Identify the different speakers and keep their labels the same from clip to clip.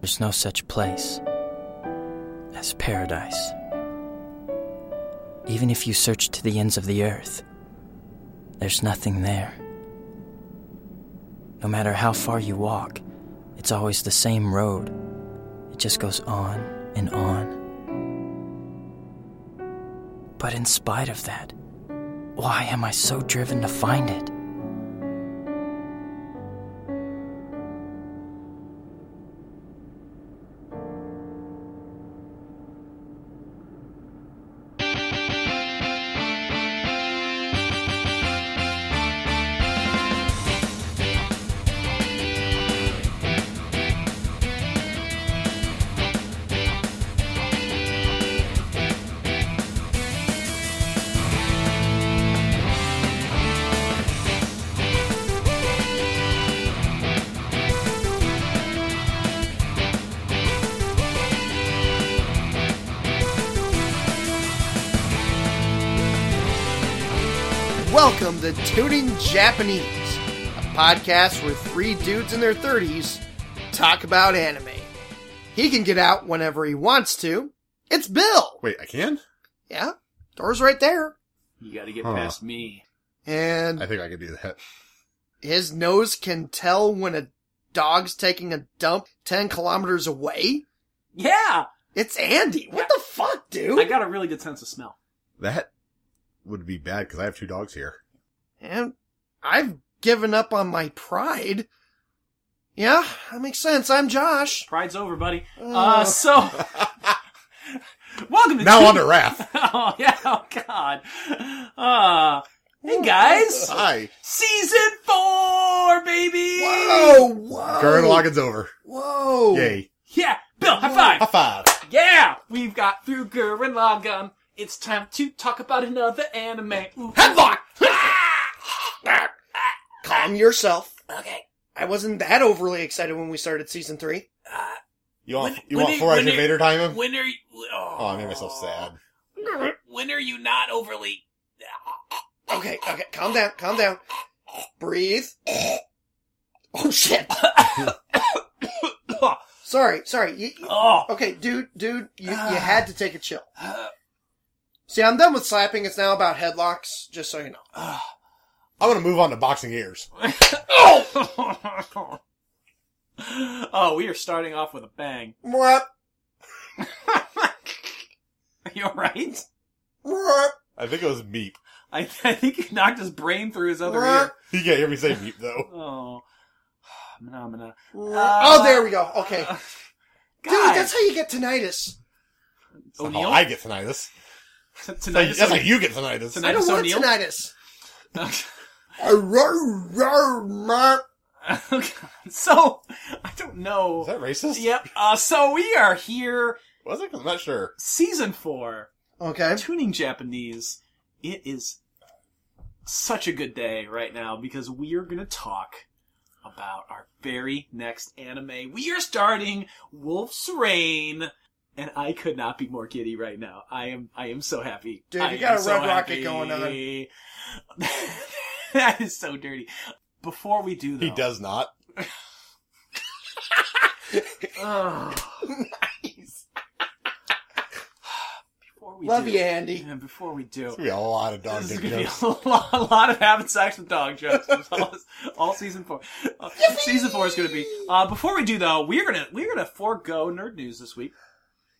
Speaker 1: There's no such place as paradise. Even if you search to the ends of the earth, there's nothing there. No matter how far you walk, it's always the same road. It just goes on and on. But in spite of that, why am I so driven to find it?
Speaker 2: Welcome to Tuning Japanese, a podcast where three dudes in their 30s talk about anime. He can get out whenever he wants to. It's Bill!
Speaker 3: Wait, I can?
Speaker 2: Yeah, door's right there.
Speaker 4: You got to get
Speaker 3: Huh.
Speaker 4: past me.
Speaker 2: And
Speaker 3: I think I can do that.
Speaker 2: his nose can tell when a dog's taking a dump 10 kilometers away.
Speaker 4: Yeah,
Speaker 2: It's Andy. What the fuck,
Speaker 4: I
Speaker 2: dude?
Speaker 4: got a really good sense of smell.
Speaker 3: That would be bad because I have two dogs here.
Speaker 2: And I've given up on my pride. Yeah, that makes sense. I'm Josh.
Speaker 4: Pride's over, buddy.
Speaker 2: Oh.
Speaker 4: Uh, so welcome to
Speaker 3: Now
Speaker 4: Teen-
Speaker 3: on to Raph.
Speaker 4: oh yeah, oh god. Uh, hey guys,
Speaker 3: Hi.
Speaker 4: season four, baby.
Speaker 2: Whoa, whoa.
Speaker 3: Current login's over.
Speaker 2: Whoa.
Speaker 3: Yay.
Speaker 4: Yeah, Bill, high
Speaker 3: Oh. High
Speaker 4: five.
Speaker 3: five.
Speaker 4: Yeah, we've got through Gurren Lagann. It's time to talk about another anime. Ooh.
Speaker 2: Calm yourself.
Speaker 4: Okay.
Speaker 2: I wasn't that overly excited when we started season three.
Speaker 3: You want,
Speaker 4: When-
Speaker 3: you
Speaker 4: when
Speaker 3: want
Speaker 4: it-
Speaker 3: four eyes
Speaker 4: when it-
Speaker 3: invader time him?
Speaker 4: When are you? Oh,
Speaker 3: Oh, I made myself sad.
Speaker 4: When are you not overly?
Speaker 2: Okay, okay, calm down, calm down. Breathe. Oh shit. Sorry, sorry. You, you-
Speaker 4: oh,
Speaker 2: okay, dude, dude, you, you
Speaker 4: Ah.
Speaker 2: had to take a chill.
Speaker 4: uh,
Speaker 2: See, I'm done with slapping. It's now about headlocks, just so you know.
Speaker 3: I want to move on to boxing ears.
Speaker 4: oh! oh, we are starting off with a bang.
Speaker 2: Mwah,
Speaker 4: Are you alright?
Speaker 2: mwah.
Speaker 3: I think it was meep.
Speaker 4: I, I think you knocked his brain through his other
Speaker 2: What?
Speaker 4: ear.
Speaker 3: You can't hear me say meep though.
Speaker 4: Oh. Phenomena.
Speaker 2: oh, there we go. Okay.
Speaker 4: God.
Speaker 2: Dude, that's how you get tinnitus.
Speaker 3: That's not
Speaker 4: O'Neal?
Speaker 3: how Oh, I get tinnitus.
Speaker 4: T-
Speaker 3: That's,
Speaker 4: Tonight
Speaker 3: how-
Speaker 4: is
Speaker 3: that's how you get tinnitus.
Speaker 2: I don't
Speaker 4: Tinnitus
Speaker 2: want
Speaker 4: O'Neal?
Speaker 2: tinnitus.
Speaker 4: Oh, God. So, I don't
Speaker 3: Is
Speaker 4: know.
Speaker 3: that racist?
Speaker 4: Yep. Uh, so we are here,
Speaker 3: Was it? 'Cause I'm not sure.
Speaker 4: season four.
Speaker 2: Okay.
Speaker 4: tuning Japanese, it is such a good day right now because we are going to talk about our very next anime. We are starting Wolf's Rain, and I could not be more giddy right now. I am, I am so happy.
Speaker 2: Dude,
Speaker 4: I
Speaker 2: you
Speaker 4: am
Speaker 2: got a
Speaker 4: so
Speaker 2: Red Rocket
Speaker 4: happy.
Speaker 2: going on.
Speaker 4: that is so dirty. Before we do, though,
Speaker 3: He does not.
Speaker 4: Ugh. Before we
Speaker 2: Love
Speaker 4: do,
Speaker 2: you, Andy.
Speaker 4: and before we do,
Speaker 3: There's gonna be a lot of dog
Speaker 4: this is
Speaker 3: dick
Speaker 4: gonna
Speaker 3: jokes.
Speaker 4: be a lot, a lot of having sex with dog jokes. all, all season four. Uh, season four is gonna be. Uh, before we do though, we're gonna we're gonna forego nerd news this week.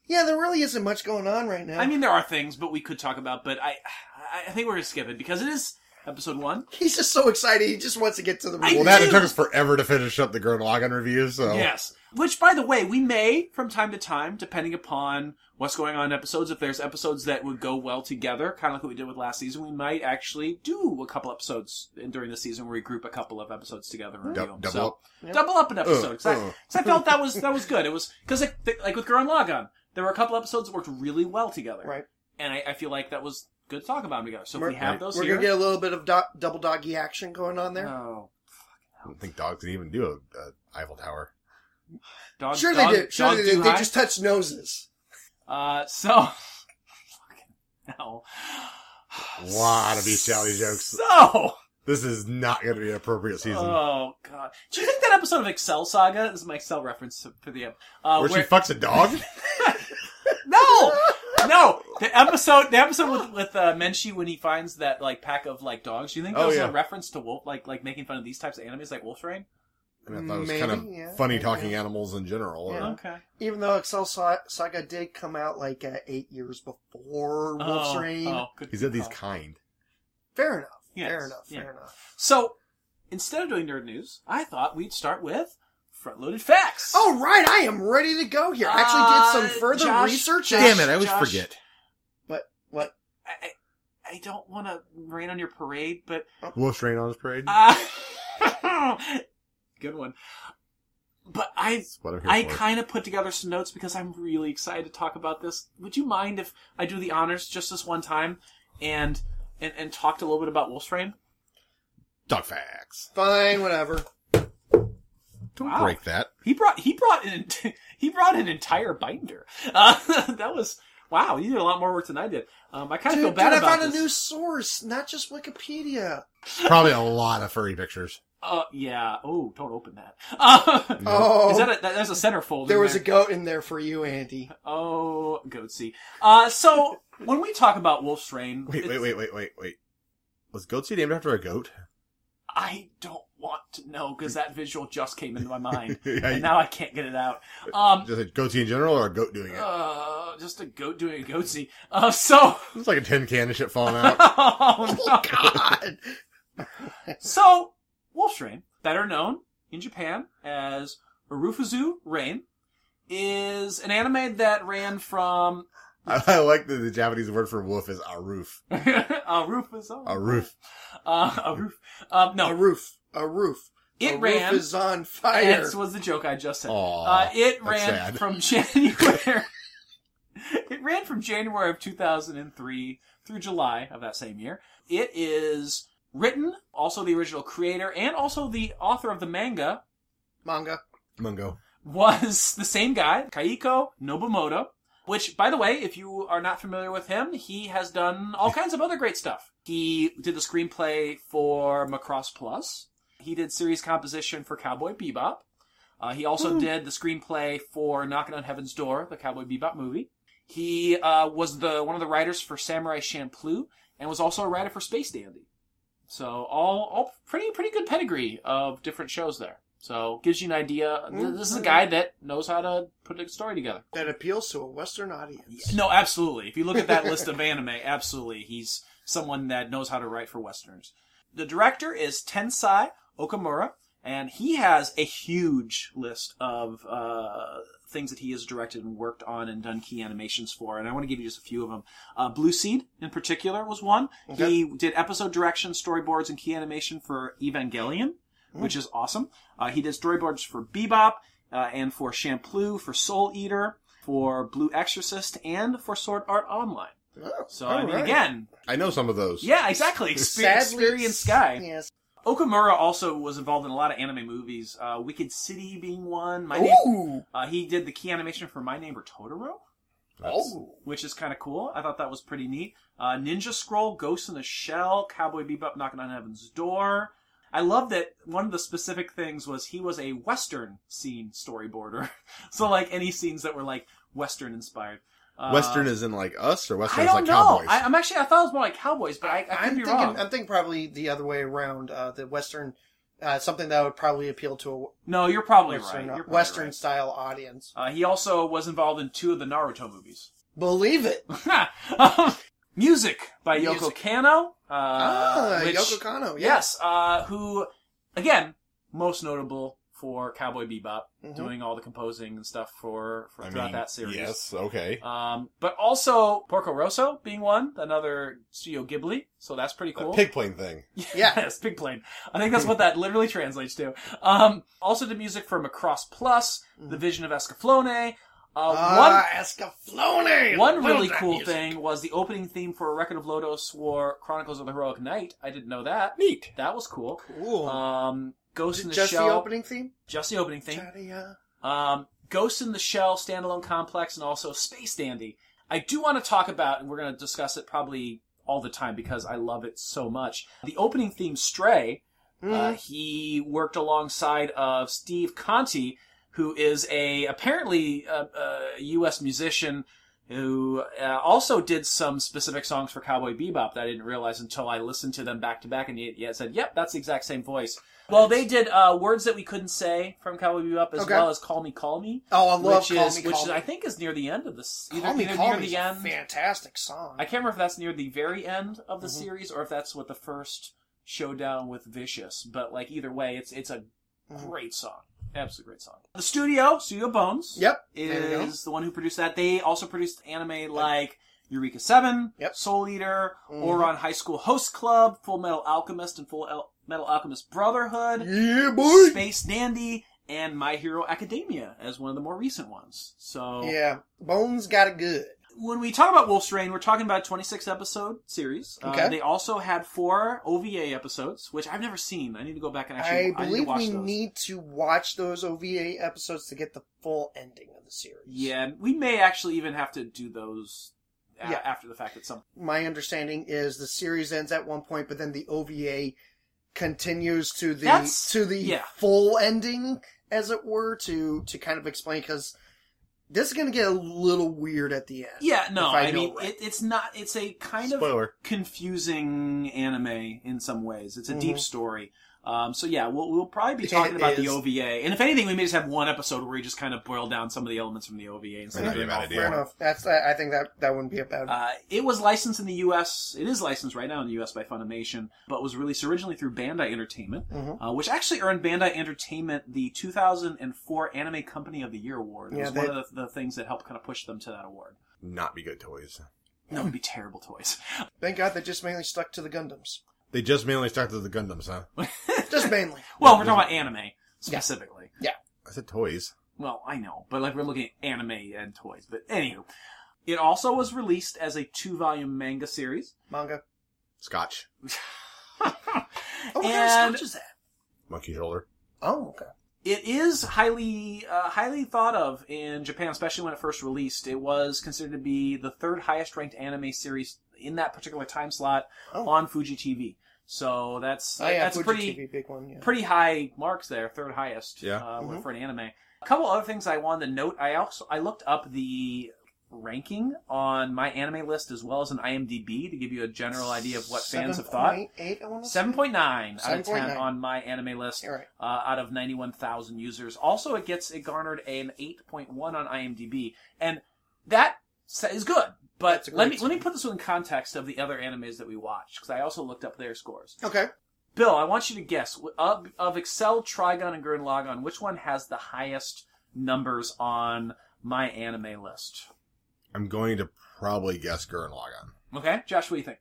Speaker 2: Yeah, there really isn't much going on right now.
Speaker 4: I mean, there are things, but we could talk about. But I I- I think we're gonna skip it because it is episode one.
Speaker 2: he's just so excited. He just wants to get to the.
Speaker 4: I-
Speaker 3: Well, that it
Speaker 4: Dude.
Speaker 3: took us forever to finish up the Gurren Lagann review, so
Speaker 4: Yes. Which, by the way, we may from time to time, depending upon what's going on in episodes, if there's episodes that would go well together, kind of like what we did with last season, we might actually do a couple episodes in, during the season where we group a couple of episodes together and
Speaker 3: Dou-
Speaker 4: review them.
Speaker 3: double
Speaker 4: so,
Speaker 3: up.
Speaker 2: Yep.
Speaker 4: double up an episode. Cause I,
Speaker 3: uh.
Speaker 4: 'cause I felt that was that was good. It was because like, th- like with Gurren Lagann, there were a couple episodes that worked really well together,
Speaker 2: Right.
Speaker 4: And I, I feel like that was good to talk about them together. So if
Speaker 2: We're-
Speaker 4: we have
Speaker 3: right.
Speaker 4: those
Speaker 2: We're
Speaker 4: here,
Speaker 2: gonna get a little bit of do- double doggy action going on there.
Speaker 4: Oh,
Speaker 3: I don't think dogs can even do a, a Eiffel Tower.
Speaker 4: dog,
Speaker 2: sure
Speaker 4: dog-
Speaker 2: they do. Sure
Speaker 4: dog
Speaker 2: they
Speaker 4: too
Speaker 2: do. They
Speaker 4: high?
Speaker 2: just touch noses.
Speaker 4: Uh, so. Fucking hell.
Speaker 3: Lot of Beach Alley jokes.
Speaker 4: So. Uh,
Speaker 3: This is not going to be an appropriate season.
Speaker 4: Oh, God. Do you think that episode of Excel Saga. This is my Excel reference to- for the ep- uh,
Speaker 3: Where, she fucks a dog?
Speaker 4: no, no. The episode, the episode with with uh, Menchi when he finds that like pack of like dogs. Do you think that
Speaker 3: Oh,
Speaker 4: was
Speaker 3: yeah.
Speaker 4: a reference to Wolf, like like making fun of these types of animes, like Wolf Rain?
Speaker 3: I, mean, I thought it was
Speaker 2: Maybe,
Speaker 3: kind of
Speaker 2: yeah.
Speaker 3: funny talking animals in general.
Speaker 2: Yeah.
Speaker 3: or-
Speaker 4: Okay.
Speaker 2: Even though Excel Sa- Saga did come out like uh, eight years before Wolf's
Speaker 4: oh,
Speaker 2: Rain.
Speaker 4: Oh, good.
Speaker 3: He said he's
Speaker 4: call.
Speaker 3: kind.
Speaker 2: Fair enough.
Speaker 4: Yes,
Speaker 2: Fair enough.
Speaker 4: yeah.
Speaker 2: Fair enough.
Speaker 4: So instead of doing nerd news, I thought we'd start with front-loaded facts.
Speaker 2: All right, I am ready to go here. I actually did some
Speaker 4: Uh,
Speaker 2: further
Speaker 4: Josh-
Speaker 2: research.
Speaker 4: Josh-
Speaker 3: Damn it, I always
Speaker 4: Josh,
Speaker 3: forget.
Speaker 2: But what?
Speaker 4: I, I- I don't want to rain on your parade, but
Speaker 2: Oh.
Speaker 3: Wolf's Rain on his parade?
Speaker 4: uh, good one. But I
Speaker 3: That's what I'm here
Speaker 4: I
Speaker 3: for.
Speaker 4: kind of put together some notes because I'm really excited to talk about this. Would you mind if I do the honors just this one time and and, and talked a little bit about Wolf's Rain?
Speaker 3: Dog facts.
Speaker 2: Fine, whatever.
Speaker 3: Don't
Speaker 4: Wow.
Speaker 3: break that.
Speaker 4: He brought he brought an he brought an entire binder. Uh, that was wow. You did a lot more work than I did. Um, I kind of
Speaker 2: Dude,
Speaker 4: feel
Speaker 2: dude,
Speaker 4: bad
Speaker 2: I
Speaker 4: about
Speaker 2: found
Speaker 4: this.
Speaker 2: a new source, not just Wikipedia.
Speaker 3: Probably a lot of furry pictures.
Speaker 4: Uh, yeah. Oh, don't open that. Uh,
Speaker 2: Oh,
Speaker 4: Is that a, that, there's a centerfold?
Speaker 2: there
Speaker 4: in
Speaker 2: was a
Speaker 4: there.
Speaker 2: goat in there for you, Andy.
Speaker 4: Oh, goatsy. Uh, so when we talk about Wolf's Rain,
Speaker 3: Wait, wait,
Speaker 4: it's-
Speaker 3: wait, wait, wait, wait. Was Goatsy named after a goat?
Speaker 4: I don't want to know because that visual just came into my mind,
Speaker 3: yeah,
Speaker 4: and
Speaker 3: you-
Speaker 4: now I can't get it out. Um,
Speaker 3: Just a goatee in general or a goat doing it?
Speaker 4: uh, just a goat doing a goatsy. Uh, so.
Speaker 3: It's like a tin can of shit falling out.
Speaker 4: oh
Speaker 3: Uh-huh.
Speaker 4: no.
Speaker 2: God.
Speaker 4: So Wolf's Rain, better known in Japan as Urufuzu Rain, is an anime that ran from
Speaker 3: I, I like that the Japanese word for wolf is a roof.
Speaker 4: a roof is on.
Speaker 3: A roof.
Speaker 4: oh, Uh, a roof. Um,
Speaker 2: A
Speaker 4: no,
Speaker 2: roof. A roof.
Speaker 4: it
Speaker 2: a
Speaker 4: ran.
Speaker 2: roof is on fire.
Speaker 4: That was the joke I just said.
Speaker 3: Aw,
Speaker 4: uh, it
Speaker 3: that's
Speaker 4: ran
Speaker 3: sad.
Speaker 4: from January. it ran from January of 2003 through July of that same year. It is written, also the original creator, and also the author of the manga
Speaker 2: Manga.
Speaker 3: Mungo.
Speaker 4: was the same guy, Kaiko Nobumoto. Which, by the way, if you are not familiar with him, he has done all kinds of other great stuff. He did the screenplay for Macross Plus. He did series composition for Cowboy Bebop. Uh, he also did the screenplay for Knocking on Heaven's Door, the Cowboy Bebop movie. He uh, was the one of the writers for Samurai Champloo, and was also a writer for Space Dandy. So all all pretty pretty good pedigree of different shows there. So gives you an idea. th-
Speaker 2: Mm.
Speaker 4: This is a guy that knows how to put a story together.
Speaker 2: That appeals to a Western audience.
Speaker 4: No, absolutely. If you look at that list of anime, absolutely, he's someone that knows how to write for westerns. The director is Tensai Okamura, and he has a huge list of uh, things that he has directed and worked on and done key animations for. And I want to give you just a few of them. Uh, Blue Seed, in particular, was one. He did episode direction, storyboards, and key animation for Evangelion, which is awesome. Uh, he did storyboards for Bebop uh, and for Champloo, for Soul Eater, for Blue Exorcist, and for Sword Art Online.
Speaker 2: Oh,
Speaker 4: So
Speaker 2: all
Speaker 4: I mean,
Speaker 2: right.
Speaker 4: again,
Speaker 3: I know some of those.
Speaker 4: yeah, exactly. Exper-
Speaker 2: Sadly,
Speaker 4: experienced guy.
Speaker 2: Yes.
Speaker 4: Okamura also was involved in a lot of anime movies. Uh, Wicked City being one. My name.
Speaker 2: Ooh.
Speaker 4: Uh, he did the key animation for My Neighbor Totoro,
Speaker 3: That's-
Speaker 4: which is kind of cool. I thought that was pretty neat. Uh, Ninja Scroll, Ghost in the Shell, Cowboy Bebop, Knocking on Heaven's Door. I love that one of the specific things was he was a Western scene storyboarder. so like any scenes that were like Western inspired. Uh,
Speaker 3: Western is in like us or Western
Speaker 4: I
Speaker 3: is
Speaker 4: don't
Speaker 3: like
Speaker 4: know.
Speaker 3: cowboys?
Speaker 4: I, I'm actually I thought it was more like cowboys, but I, I could
Speaker 2: I'm
Speaker 4: be
Speaker 2: thinking.
Speaker 4: wrong.
Speaker 2: I'm thinking probably the other way around. Uh, the Western, uh, something that would probably appeal to
Speaker 4: no, you're
Speaker 2: a
Speaker 4: probably right.
Speaker 2: Western, uh,
Speaker 4: You're probably
Speaker 2: Western
Speaker 4: right.
Speaker 2: style audience.
Speaker 4: Uh, he also was involved in two of the Naruto movies. Um,
Speaker 2: Believe it.
Speaker 4: Uh, Music by Yoko
Speaker 2: Music.
Speaker 4: Kanno. Uh,
Speaker 2: ah,
Speaker 4: which-
Speaker 2: Yoko Kano. Yes.
Speaker 4: Yes, uh, who, again, most notable for Cowboy Bebop,
Speaker 2: Mhm.
Speaker 4: doing all the composing and stuff for, for
Speaker 3: I
Speaker 4: throughout
Speaker 3: mean,
Speaker 4: that series.
Speaker 3: Yes, okay.
Speaker 4: Um, but also Porco Rosso being one, another Studio Ghibli, so that's pretty cool.
Speaker 3: That Uh, pig plane thing.
Speaker 2: Yeah.
Speaker 4: yes, Pig Plane. I think that's what that literally translates to. Um, also did music for Macross Plus, The Vision of Escaflowne. Uh, one
Speaker 2: Ah, Escaflowne.
Speaker 4: one
Speaker 2: Love
Speaker 4: really
Speaker 2: that
Speaker 4: cool
Speaker 2: music.
Speaker 4: thing was the opening theme for Record of Lodos War Chronicles of the Heroic Knight. I didn't know that.
Speaker 3: Neat.
Speaker 4: That was cool.
Speaker 2: Cool.
Speaker 4: Um, Ghost in the
Speaker 2: just
Speaker 4: Shell.
Speaker 2: the opening theme.
Speaker 4: Just the opening theme.
Speaker 2: Johnny, uh,
Speaker 4: Um, Ghost in the Shell standalone complex and also Space Dandy. I do want to talk about, and we're going to discuss it probably all the time because I love it so much. The opening theme, Stray,
Speaker 2: Mm-hmm.
Speaker 4: Uh, he worked alongside of Steve Conti, who is a apparently a, a U.S. musician who uh, also did some specific songs for Cowboy Bebop that I didn't realize until I listened to them back to back, and he, he had said, "Yep, that's the exact same voice." Well, they did uh, words that we couldn't say from Cowboy Bebop, as
Speaker 2: Okay.
Speaker 4: well as "Call Me, Call Me,"
Speaker 2: Oh, I love
Speaker 4: which
Speaker 2: Call
Speaker 4: is
Speaker 2: Me,
Speaker 4: which
Speaker 2: Call
Speaker 4: is,
Speaker 2: Me.
Speaker 4: I think is near the end of this. Either,
Speaker 2: Call me,
Speaker 4: either
Speaker 2: call
Speaker 4: near
Speaker 2: me.
Speaker 4: the
Speaker 2: is a
Speaker 4: end.
Speaker 2: fantastic song.
Speaker 4: I can't remember if that's near the very end of the
Speaker 2: Mm-hmm.
Speaker 4: series or if that's what the first showdown with Vicious, but like either way, it's it's a
Speaker 2: Mm-hmm.
Speaker 4: great song. Absolutely great song. The studio, Studio Bones,
Speaker 2: Yep, there you go.
Speaker 4: is the one who produced that. They also produced anime like Eureka Seven,
Speaker 2: Yep. Mm-hmm.
Speaker 4: Soul Eater, Oron High School Host Club, Full Metal Alchemist, and Full El- Metal Alchemist Brotherhood.
Speaker 2: Mm-hmm. yeah, boy.
Speaker 4: Space Dandy, and My Hero Academia as one of the more recent ones. So
Speaker 2: Yeah, Bones got it good.
Speaker 4: when we talk about Wolf's Rain, we're talking about a 26 episode series.
Speaker 2: Okay.
Speaker 4: Uh, they also had four OVA episodes, which I've never seen. I need to go back and
Speaker 2: I
Speaker 4: actually I need to
Speaker 2: believe
Speaker 4: watch
Speaker 2: we
Speaker 4: those.
Speaker 2: need to watch those OVA episodes to get the full ending of the series.
Speaker 4: yeah, we may actually even have to do those a-
Speaker 2: Yeah.
Speaker 4: after the fact at some
Speaker 2: My understanding is the series ends at one point, but then the OVA continues to the
Speaker 4: That's-
Speaker 2: to the
Speaker 4: yeah.
Speaker 2: full ending, as it were, to to kind of explain because this is going to get a little weird at the end.
Speaker 4: Yeah, no,
Speaker 2: if I
Speaker 4: I,
Speaker 2: know
Speaker 4: mean
Speaker 2: right.
Speaker 4: it, it's not. It's a kind
Speaker 3: Spoiler.
Speaker 4: of confusing anime in some ways. It's a deep
Speaker 2: Mhm.
Speaker 4: story. Um, so yeah, we'll we'll probably be talking
Speaker 2: It
Speaker 4: about the
Speaker 2: is.
Speaker 4: OVA, and if anything, we may just have one episode where we just kind of boil down some of the elements from the OVA instead
Speaker 3: That'd
Speaker 4: of
Speaker 3: be a
Speaker 4: doing
Speaker 3: bad
Speaker 4: all
Speaker 3: idea.
Speaker 2: Fair
Speaker 4: four.
Speaker 2: enough. That's I I think that that wouldn't be a bad.
Speaker 4: Uh, it was licensed in the U.S. It is licensed right now in the U.S. by Funimation, but was released originally through Bandai Entertainment,
Speaker 2: Mhm.
Speaker 4: uh, which actually earned Bandai Entertainment the 2004 Anime Company of the Year award. It
Speaker 2: Yeah,
Speaker 4: was
Speaker 2: they-
Speaker 4: one of the, the things that helped kind of push them to that award.
Speaker 3: Not be good toys.
Speaker 4: No, it'd be terrible toys.
Speaker 2: Thank God they just mainly stuck to the Gundams.
Speaker 3: They just mainly stuck to the Gundams, huh?
Speaker 2: Just mainly.
Speaker 4: Well, we're talking about anime specifically.
Speaker 3: I said toys.
Speaker 4: Well, I know, but like we're looking at anime and toys. But anywho, it also was released as a two-volume manga series.
Speaker 2: Manga.
Speaker 3: Scotch.
Speaker 2: Oh, what kind
Speaker 4: and
Speaker 2: of stuff is that?
Speaker 3: Monkey shoulder.
Speaker 2: Oh, okay.
Speaker 4: it is highly, uh, highly thought of in Japan, especially when it first released. It was considered to be the third highest-ranked anime series in that particular time slot
Speaker 2: Oh.
Speaker 4: on Fuji TV. So that's
Speaker 2: Oh, yeah,
Speaker 4: that's
Speaker 2: Fuji
Speaker 4: pretty
Speaker 2: TV, big one. Yeah.
Speaker 4: pretty high marks there, third highest.
Speaker 3: Yeah.
Speaker 4: uh,
Speaker 2: Mhm.
Speaker 4: for an anime. A couple other things I wanted to note. I also I looked up the ranking on my anime list as well as an IMDb to give you a general idea of what fans have thought.
Speaker 2: 7.8, I want to say.
Speaker 4: Seven point nine out of ten
Speaker 2: 7.9.
Speaker 4: on my anime list.
Speaker 2: All right.
Speaker 4: Uh, out of ninety one thousand users, also it gets it garnered an eight point one on IMDb, and that sa- is good. But
Speaker 2: That's a
Speaker 4: let me
Speaker 2: great
Speaker 4: let me
Speaker 2: score.
Speaker 4: put this in context of the other animes that we watched because I also looked up their scores.
Speaker 2: Okay.
Speaker 4: Bill, I want you to guess wh- of, of Excel, Trigon, and Gurren Lagann, which one has the highest numbers on my anime list?
Speaker 3: I'm going to probably guess Gurren Lagann.
Speaker 4: Okay, Josh, what do you think?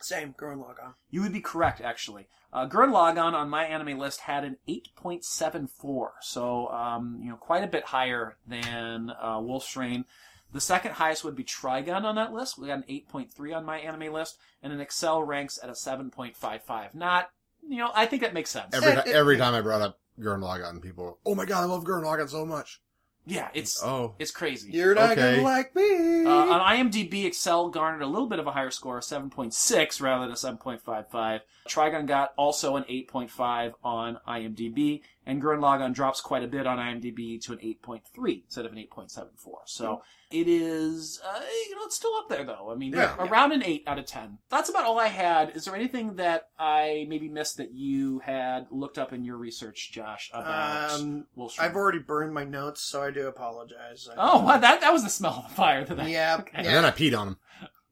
Speaker 2: Same. Gurren Lagann.
Speaker 4: You would be correct, actually. Uh, Gurren Lagann on my anime list had an 8.74, so um, you know quite a bit higher than uh, Wolf's Rain. The second highest would be Trigun on that list. We got an 8.3 on my anime list, and an Excel ranks at a 7.55. Not, you know, I think that makes sense.
Speaker 3: Every
Speaker 2: Eh,
Speaker 3: ti-
Speaker 2: eh,
Speaker 3: every time I brought up Gurren Lagann, people, were, oh my god, I love Gurren Lagann so much.
Speaker 4: yeah, it's
Speaker 3: Oh,
Speaker 4: it's crazy.
Speaker 2: You're not
Speaker 3: Okay.
Speaker 2: going to like me.
Speaker 4: Uh, on IMDb, Excel garnered a little bit of a higher score, 7.6 rather than a 7.55. Trigon got also an 8.5 on IMDb, and Gurren Lagann drops quite a bit on IMDb to an 8.3 instead of an 8.74. So it is, uh, you know, it's still up there though. I mean,
Speaker 3: Yeah.
Speaker 4: around an 8 out of 10. That's about all I had. Is there anything that I maybe missed that you had looked up in your research, Josh, about
Speaker 2: Um,
Speaker 4: Wolf's
Speaker 2: I've
Speaker 4: Rain?
Speaker 2: already burned my notes, so I do apologize. I-
Speaker 4: Oh, wow, that, that was the smell of the fire. That,
Speaker 2: Yeah.
Speaker 4: Okay.
Speaker 3: and
Speaker 2: Yeah.
Speaker 3: then I peed on him.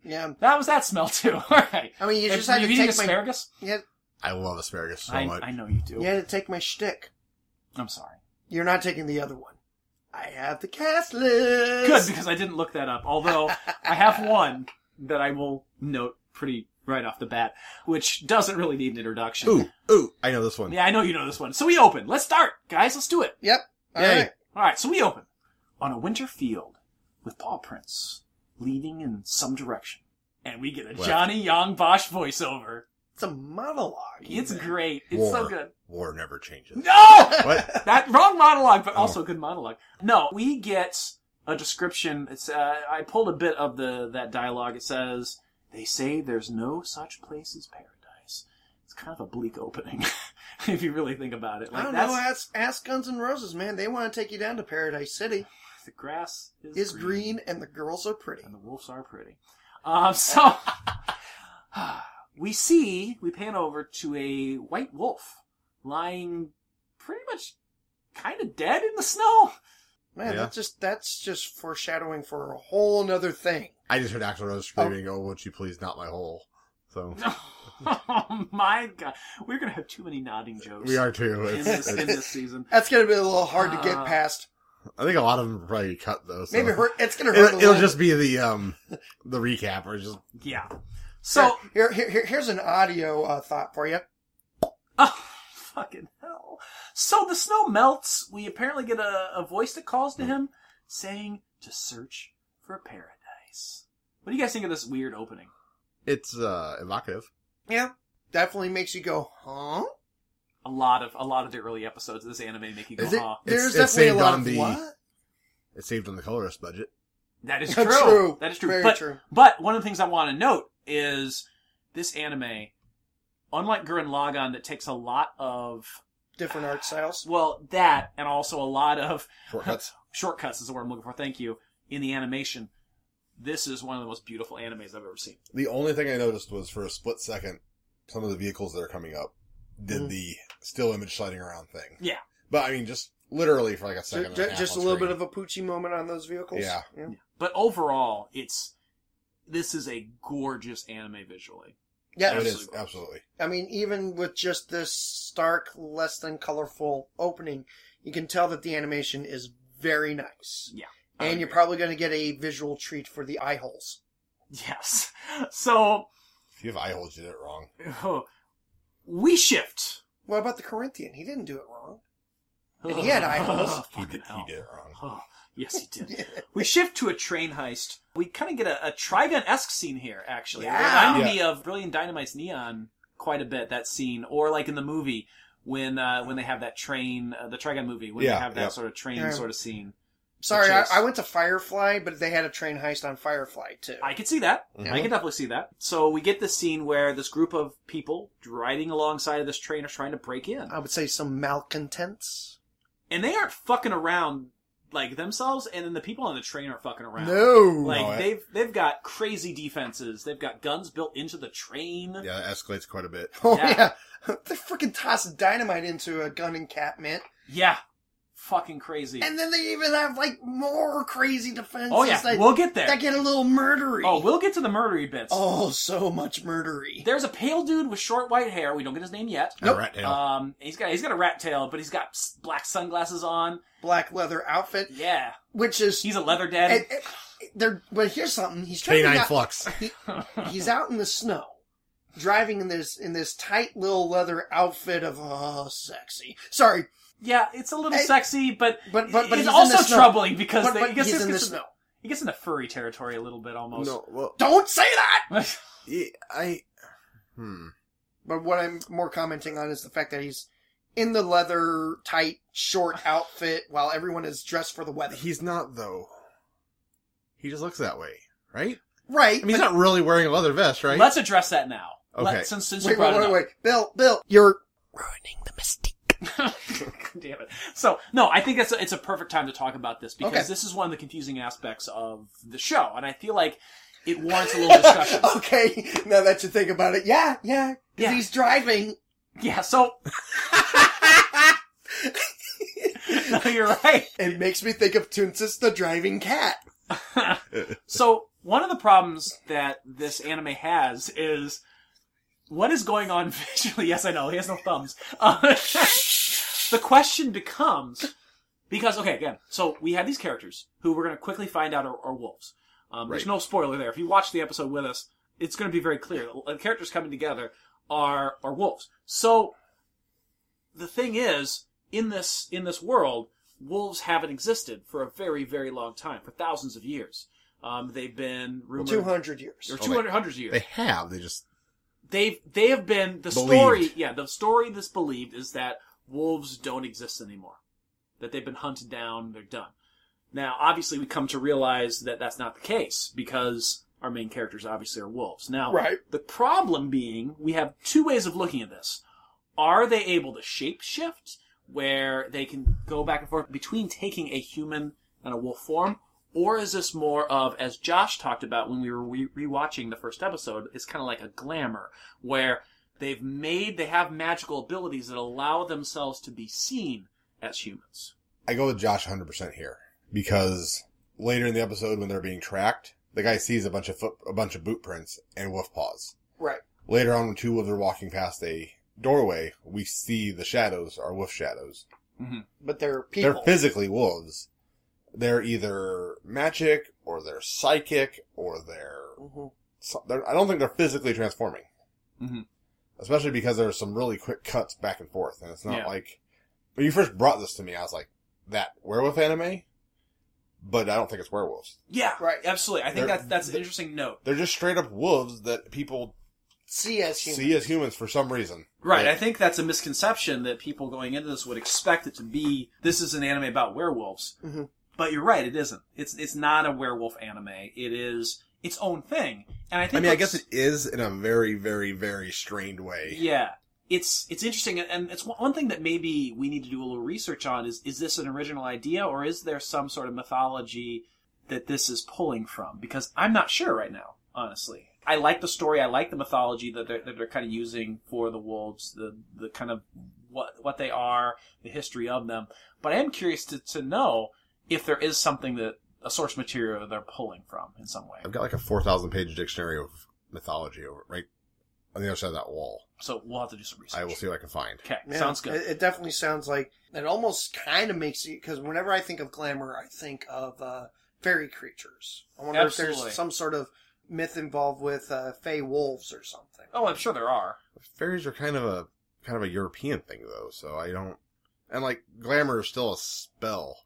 Speaker 2: Yeah.
Speaker 4: that was that smell too. All right.
Speaker 2: I mean, you
Speaker 4: If
Speaker 2: just had to
Speaker 4: you eat
Speaker 2: take my.
Speaker 4: asparagus?
Speaker 2: You had,
Speaker 3: I love asparagus so
Speaker 4: I,
Speaker 3: much.
Speaker 4: I know you do.
Speaker 2: you had to take my shtick.
Speaker 4: I'm sorry.
Speaker 2: You're not taking the other one. I have the cast list.
Speaker 4: Good because I didn't look that up. Although I have one that I will note pretty right off the bat, which doesn't really need an introduction.
Speaker 3: Ooh, ooh, I know this one.
Speaker 4: Yeah, I know you know this one. So we open. Let's start, guys. Let's do it.
Speaker 2: Yep. All
Speaker 3: Yay.
Speaker 2: right.
Speaker 4: All right. So we open on a winter field with paw prints leading in some direction, and we get a
Speaker 3: Left.
Speaker 4: Johnny Young Bosch voiceover.
Speaker 2: It's a monologue.
Speaker 4: It's
Speaker 2: even.
Speaker 4: great. It's
Speaker 3: war.
Speaker 4: so good.
Speaker 3: War never changes.
Speaker 4: No.
Speaker 3: What?
Speaker 4: that wrong monologue, but
Speaker 3: Oh.
Speaker 4: also a good monologue. No, we get a description. It's uh, I pulled a bit of the that dialogue. It says they say there's no such place as paradise. It's kind of a bleak opening, if you really think about it.
Speaker 2: I
Speaker 4: Like
Speaker 2: don't
Speaker 4: that's
Speaker 2: know. Ask, ask Guns N' Roses, man. They want to take you down to Paradise City.
Speaker 4: the grass is,
Speaker 2: Is green and the girls are pretty.
Speaker 4: and the wolves are pretty. Um, so we see we pan over to a white wolf lying pretty much kind of dead in the snow.
Speaker 2: Man,
Speaker 3: Yeah.
Speaker 2: that's just that's just foreshadowing for a whole nother thing.
Speaker 3: I just heard Axl Rose screaming, "Oh, won't you please not my hole?" So
Speaker 4: oh my god, we're gonna have too many nodding jokes.
Speaker 3: we are too.
Speaker 4: in
Speaker 3: It's,
Speaker 4: this, in
Speaker 3: it's-
Speaker 4: this season.
Speaker 2: That's gonna be a little hard to get
Speaker 4: Ah.
Speaker 2: past.
Speaker 3: I think a lot of them probably cut though. So.
Speaker 2: Maybe hurt. It's gonna hurt.
Speaker 3: It'll,
Speaker 2: a
Speaker 3: it'll
Speaker 2: little.
Speaker 3: just be the um the recap or just
Speaker 4: Yeah. So
Speaker 2: here, here, here- here's an audio uh, thought for you.
Speaker 4: Oh, fucking hell. So the snow melts. We apparently get a, a voice that calls to him saying to search for paradise. What do you guys think of this weird opening?
Speaker 3: it's uh evocative.
Speaker 2: Yeah, definitely makes you go, huh?
Speaker 4: A lot of a lot of the early episodes of this anime make you go,
Speaker 3: Is it-
Speaker 4: huh.
Speaker 3: It's-
Speaker 2: There's
Speaker 3: it's
Speaker 2: definitely a
Speaker 3: saved
Speaker 2: lot
Speaker 3: on
Speaker 2: of
Speaker 3: the-
Speaker 2: what?
Speaker 3: It's saved on the colorist budget.
Speaker 4: That is true.
Speaker 2: True.
Speaker 4: That is true.
Speaker 2: Very
Speaker 4: but,
Speaker 2: true.
Speaker 4: but one of the things I want to note is this anime, unlike Gurren Lagann, that takes a lot of
Speaker 2: Different art styles.
Speaker 4: well that and also a lot of
Speaker 3: Shortcuts.
Speaker 4: shortcuts is the word I'm looking for. Thank you. In the animation, this is one of the most beautiful animes I've ever seen.
Speaker 3: the only thing I noticed was for a split second, some of the vehicles that are coming up did
Speaker 2: Mhm.
Speaker 3: the still image sliding around thing.
Speaker 4: Yeah.
Speaker 3: But I mean, just literally for like a
Speaker 2: Ju- ju-
Speaker 3: second.
Speaker 2: Just, a little bit of a poochie moment on those vehicles.
Speaker 3: Yeah.
Speaker 4: But overall, it's this is a gorgeous anime visually.
Speaker 2: Yeah,
Speaker 3: It
Speaker 4: Absolutely.
Speaker 3: is absolutely.
Speaker 2: I mean, even with just this stark, less than colorful opening, you can tell that the animation is very nice.
Speaker 4: I
Speaker 2: And you're
Speaker 4: agree.
Speaker 2: probably going to get a visual treat for the eye holes.
Speaker 4: yes. So
Speaker 3: If you have eye holes, you did it wrong.
Speaker 4: we shift.
Speaker 2: What about the Corinthian? He didn't do it wrong. And he had eye holes.
Speaker 3: He
Speaker 4: Fucking
Speaker 3: did,
Speaker 4: hell.
Speaker 3: he did it wrong.
Speaker 4: Oh, yes, he did. we shift to a train heist. We kind of get a, a Trigun esque scene here, actually. It
Speaker 2: Yeah.
Speaker 4: reminded me of Brilliant Dynamite's Neon quite a bit, that scene. Or like in the movie when uh, when they have that train, uh, the Trigun movie, when
Speaker 3: Yeah,
Speaker 4: they have that
Speaker 3: yeah.
Speaker 4: sort of train
Speaker 2: Yeah.
Speaker 4: sort of scene.
Speaker 2: Sorry,
Speaker 4: Which
Speaker 2: I,
Speaker 4: is-
Speaker 2: I went to Firefly, but they had a train heist on Firefly too.
Speaker 4: I could see that.
Speaker 3: Mhm.
Speaker 4: I can definitely see that. So we get this scene where this group of people riding alongside of this train are trying to break in.
Speaker 2: I would say some malcontents.
Speaker 4: And they aren't fucking around like themselves and then the people on the train are fucking around.
Speaker 2: No.
Speaker 4: Like
Speaker 3: No, I-
Speaker 4: they've they've got crazy defenses. They've got guns built into the train.
Speaker 3: Yeah, that escalates quite a bit.
Speaker 2: oh
Speaker 4: yeah.
Speaker 2: yeah, they freaking toss dynamite into a gun encampment,
Speaker 4: Yeah. Fucking crazy.
Speaker 2: and then they even have like more crazy defenses.
Speaker 4: oh yeah,
Speaker 2: that,
Speaker 4: we'll get there.
Speaker 2: that get a little murdery.
Speaker 4: oh, we'll get to the murdery bits.
Speaker 2: Oh, so much murdery.
Speaker 4: There's a pale dude with short white hair. We don't get his name yet.
Speaker 3: And a rat tail.
Speaker 4: Um, he's got he's got a rat tail, but he's got s- black sunglasses on.
Speaker 2: Black leather outfit,
Speaker 4: Yeah,
Speaker 2: which is
Speaker 4: he's a leather daddy.
Speaker 2: and- and- they're, but here's something. He's trying
Speaker 3: Canine
Speaker 2: to not,
Speaker 3: flux.
Speaker 2: he's out in the snow, driving in this in this tight little leather outfit of oh sexy. Sorry,
Speaker 4: Yeah, it's a little
Speaker 2: Hey,
Speaker 4: sexy, but
Speaker 2: but but but he's
Speaker 4: it's also
Speaker 2: in the snow.
Speaker 4: troubling because
Speaker 2: But,
Speaker 4: they,
Speaker 2: but
Speaker 4: he, gets,
Speaker 2: he's
Speaker 4: he
Speaker 2: in the
Speaker 4: gets-
Speaker 2: snow.
Speaker 4: he gets into furry territory a little bit almost.
Speaker 3: No, well,
Speaker 2: Don't say that.
Speaker 3: yeah, I. Hmm.
Speaker 2: But what I'm more commenting on is the fact that he's in the leather tight short outfit while everyone is dressed for the weather.
Speaker 3: He's not though. He just looks that way, right?
Speaker 2: Right.
Speaker 3: I mean, he's
Speaker 2: but-
Speaker 3: not really wearing a leather vest, right?
Speaker 4: Let's address that now. Let-
Speaker 3: Okay.
Speaker 4: since since you
Speaker 2: wait,
Speaker 4: brought
Speaker 2: wait,
Speaker 4: it
Speaker 2: wait,
Speaker 4: up.
Speaker 2: wait, Bill, Bill, you're ruining the mystique.
Speaker 4: Damn it. So no, I think that's a, it's a perfect time to talk about this because
Speaker 2: Okay.
Speaker 4: this is one of the confusing aspects of the show, and I feel like it warrants a little discussion.
Speaker 2: okay, now that you think about it, yeah, yeah, 'cause
Speaker 4: Yeah.
Speaker 2: he's driving.
Speaker 4: yeah. So no, you're right.
Speaker 2: It makes me think of Tunsis the driving cat.
Speaker 4: So one of the problems that this anime has is what is going on visually. Yes, I know he has no thumbs. Uh, the question becomes because okay, again, so we have these characters who we're going to quickly find out are, are wolves. Um, There's
Speaker 3: Right.
Speaker 4: no spoiler there. If you watch the episode with us, it's going to be very clear. The characters coming together are are wolves. So the thing is, in this in this world, wolves haven't existed for a very very long time, for thousands of years. Um, they've been rumored
Speaker 2: Two hundred Oh, years.
Speaker 4: or
Speaker 3: they-
Speaker 4: two hundred hundreds of years
Speaker 3: They have. They just
Speaker 4: they've they have been the
Speaker 3: Believed.
Speaker 4: story yeah the story that's believed is that wolves don't exist anymore that they've been hunted down they're done now obviously we come to realize that that's not the case because our main characters obviously are wolves. Now,
Speaker 2: Right.
Speaker 4: the problem being, we have two ways of looking at this. Are they able to shapeshift, where they can go back and forth between taking a human and a wolf form? Or is this more of, as Josh talked about when we were re- rewatching the first episode, it's kind of like a glamour, where they've made, they have magical abilities that allow themselves to be seen as humans.
Speaker 3: I go with Josh 100% here because later in the episode when they're being tracked, the guy sees a bunch of foot, a bunch of boot prints and wolf paws.
Speaker 2: Right.
Speaker 3: Later on, when two of them are walking past a doorway, we see the shadows are wolf shadows.
Speaker 2: But they're people.
Speaker 3: They're physically wolves. They're either magic or they're psychic or they're.
Speaker 4: Mm-hmm.
Speaker 2: Mhm.
Speaker 3: so- they're I don't think they're physically transforming.
Speaker 4: Mhm.
Speaker 3: Especially because there's some really quick cuts back and forth, and it's not
Speaker 4: Yeah.
Speaker 3: like when you first brought this to me, I was like, "That werewolf anime," but I don't think it's werewolves.
Speaker 4: Yeah,
Speaker 2: Right.
Speaker 4: Absolutely. I think
Speaker 3: They're-
Speaker 4: that's that's an interesting note.
Speaker 3: They're just straight up wolves that people
Speaker 2: See as humans.
Speaker 3: see as humans for some reason.
Speaker 4: Right.
Speaker 3: Like,
Speaker 4: I think that's a misconception that people going into this would expect it to be. This is an anime about werewolves,
Speaker 3: Mm-hmm.
Speaker 2: Mhm.
Speaker 4: but you're right. It isn't. It's it's not a werewolf anime. It is its own thing. And I think.
Speaker 3: I mean, I
Speaker 4: what's-
Speaker 3: guess it is in a very, very, very strained way.
Speaker 4: Yeah. It's it's interesting, and- and it's one one thing that maybe we need to do a little research on is is this an original idea or is there some sort of mythology that this is pulling from? Because I'm not sure right now, honestly. I like the story. I like the mythology that they're, that they're kind of using for the wolves, the the kind of what what they are, the history of them. But I am curious to, to know if there is something that a source material they're pulling from in some way.
Speaker 3: I've got like a 4,000 page dictionary of mythology over right on the other side of that wall.
Speaker 4: So we'll have to do some research.
Speaker 3: I will see what I can find.
Speaker 4: Okay,
Speaker 2: Yeah,
Speaker 4: sounds good.
Speaker 2: It, it definitely sounds like it almost kind of makes you because whenever I think of glamour, I think of uh, fairy creatures. I wonder if
Speaker 4: Absolutely.
Speaker 2: there's some sort of myth involved with uh, fey wolves or something.
Speaker 4: oh, I'm sure there are.
Speaker 3: Fairies are kind of a kind of a European thing though, so I don't. And like glamour is still a spell.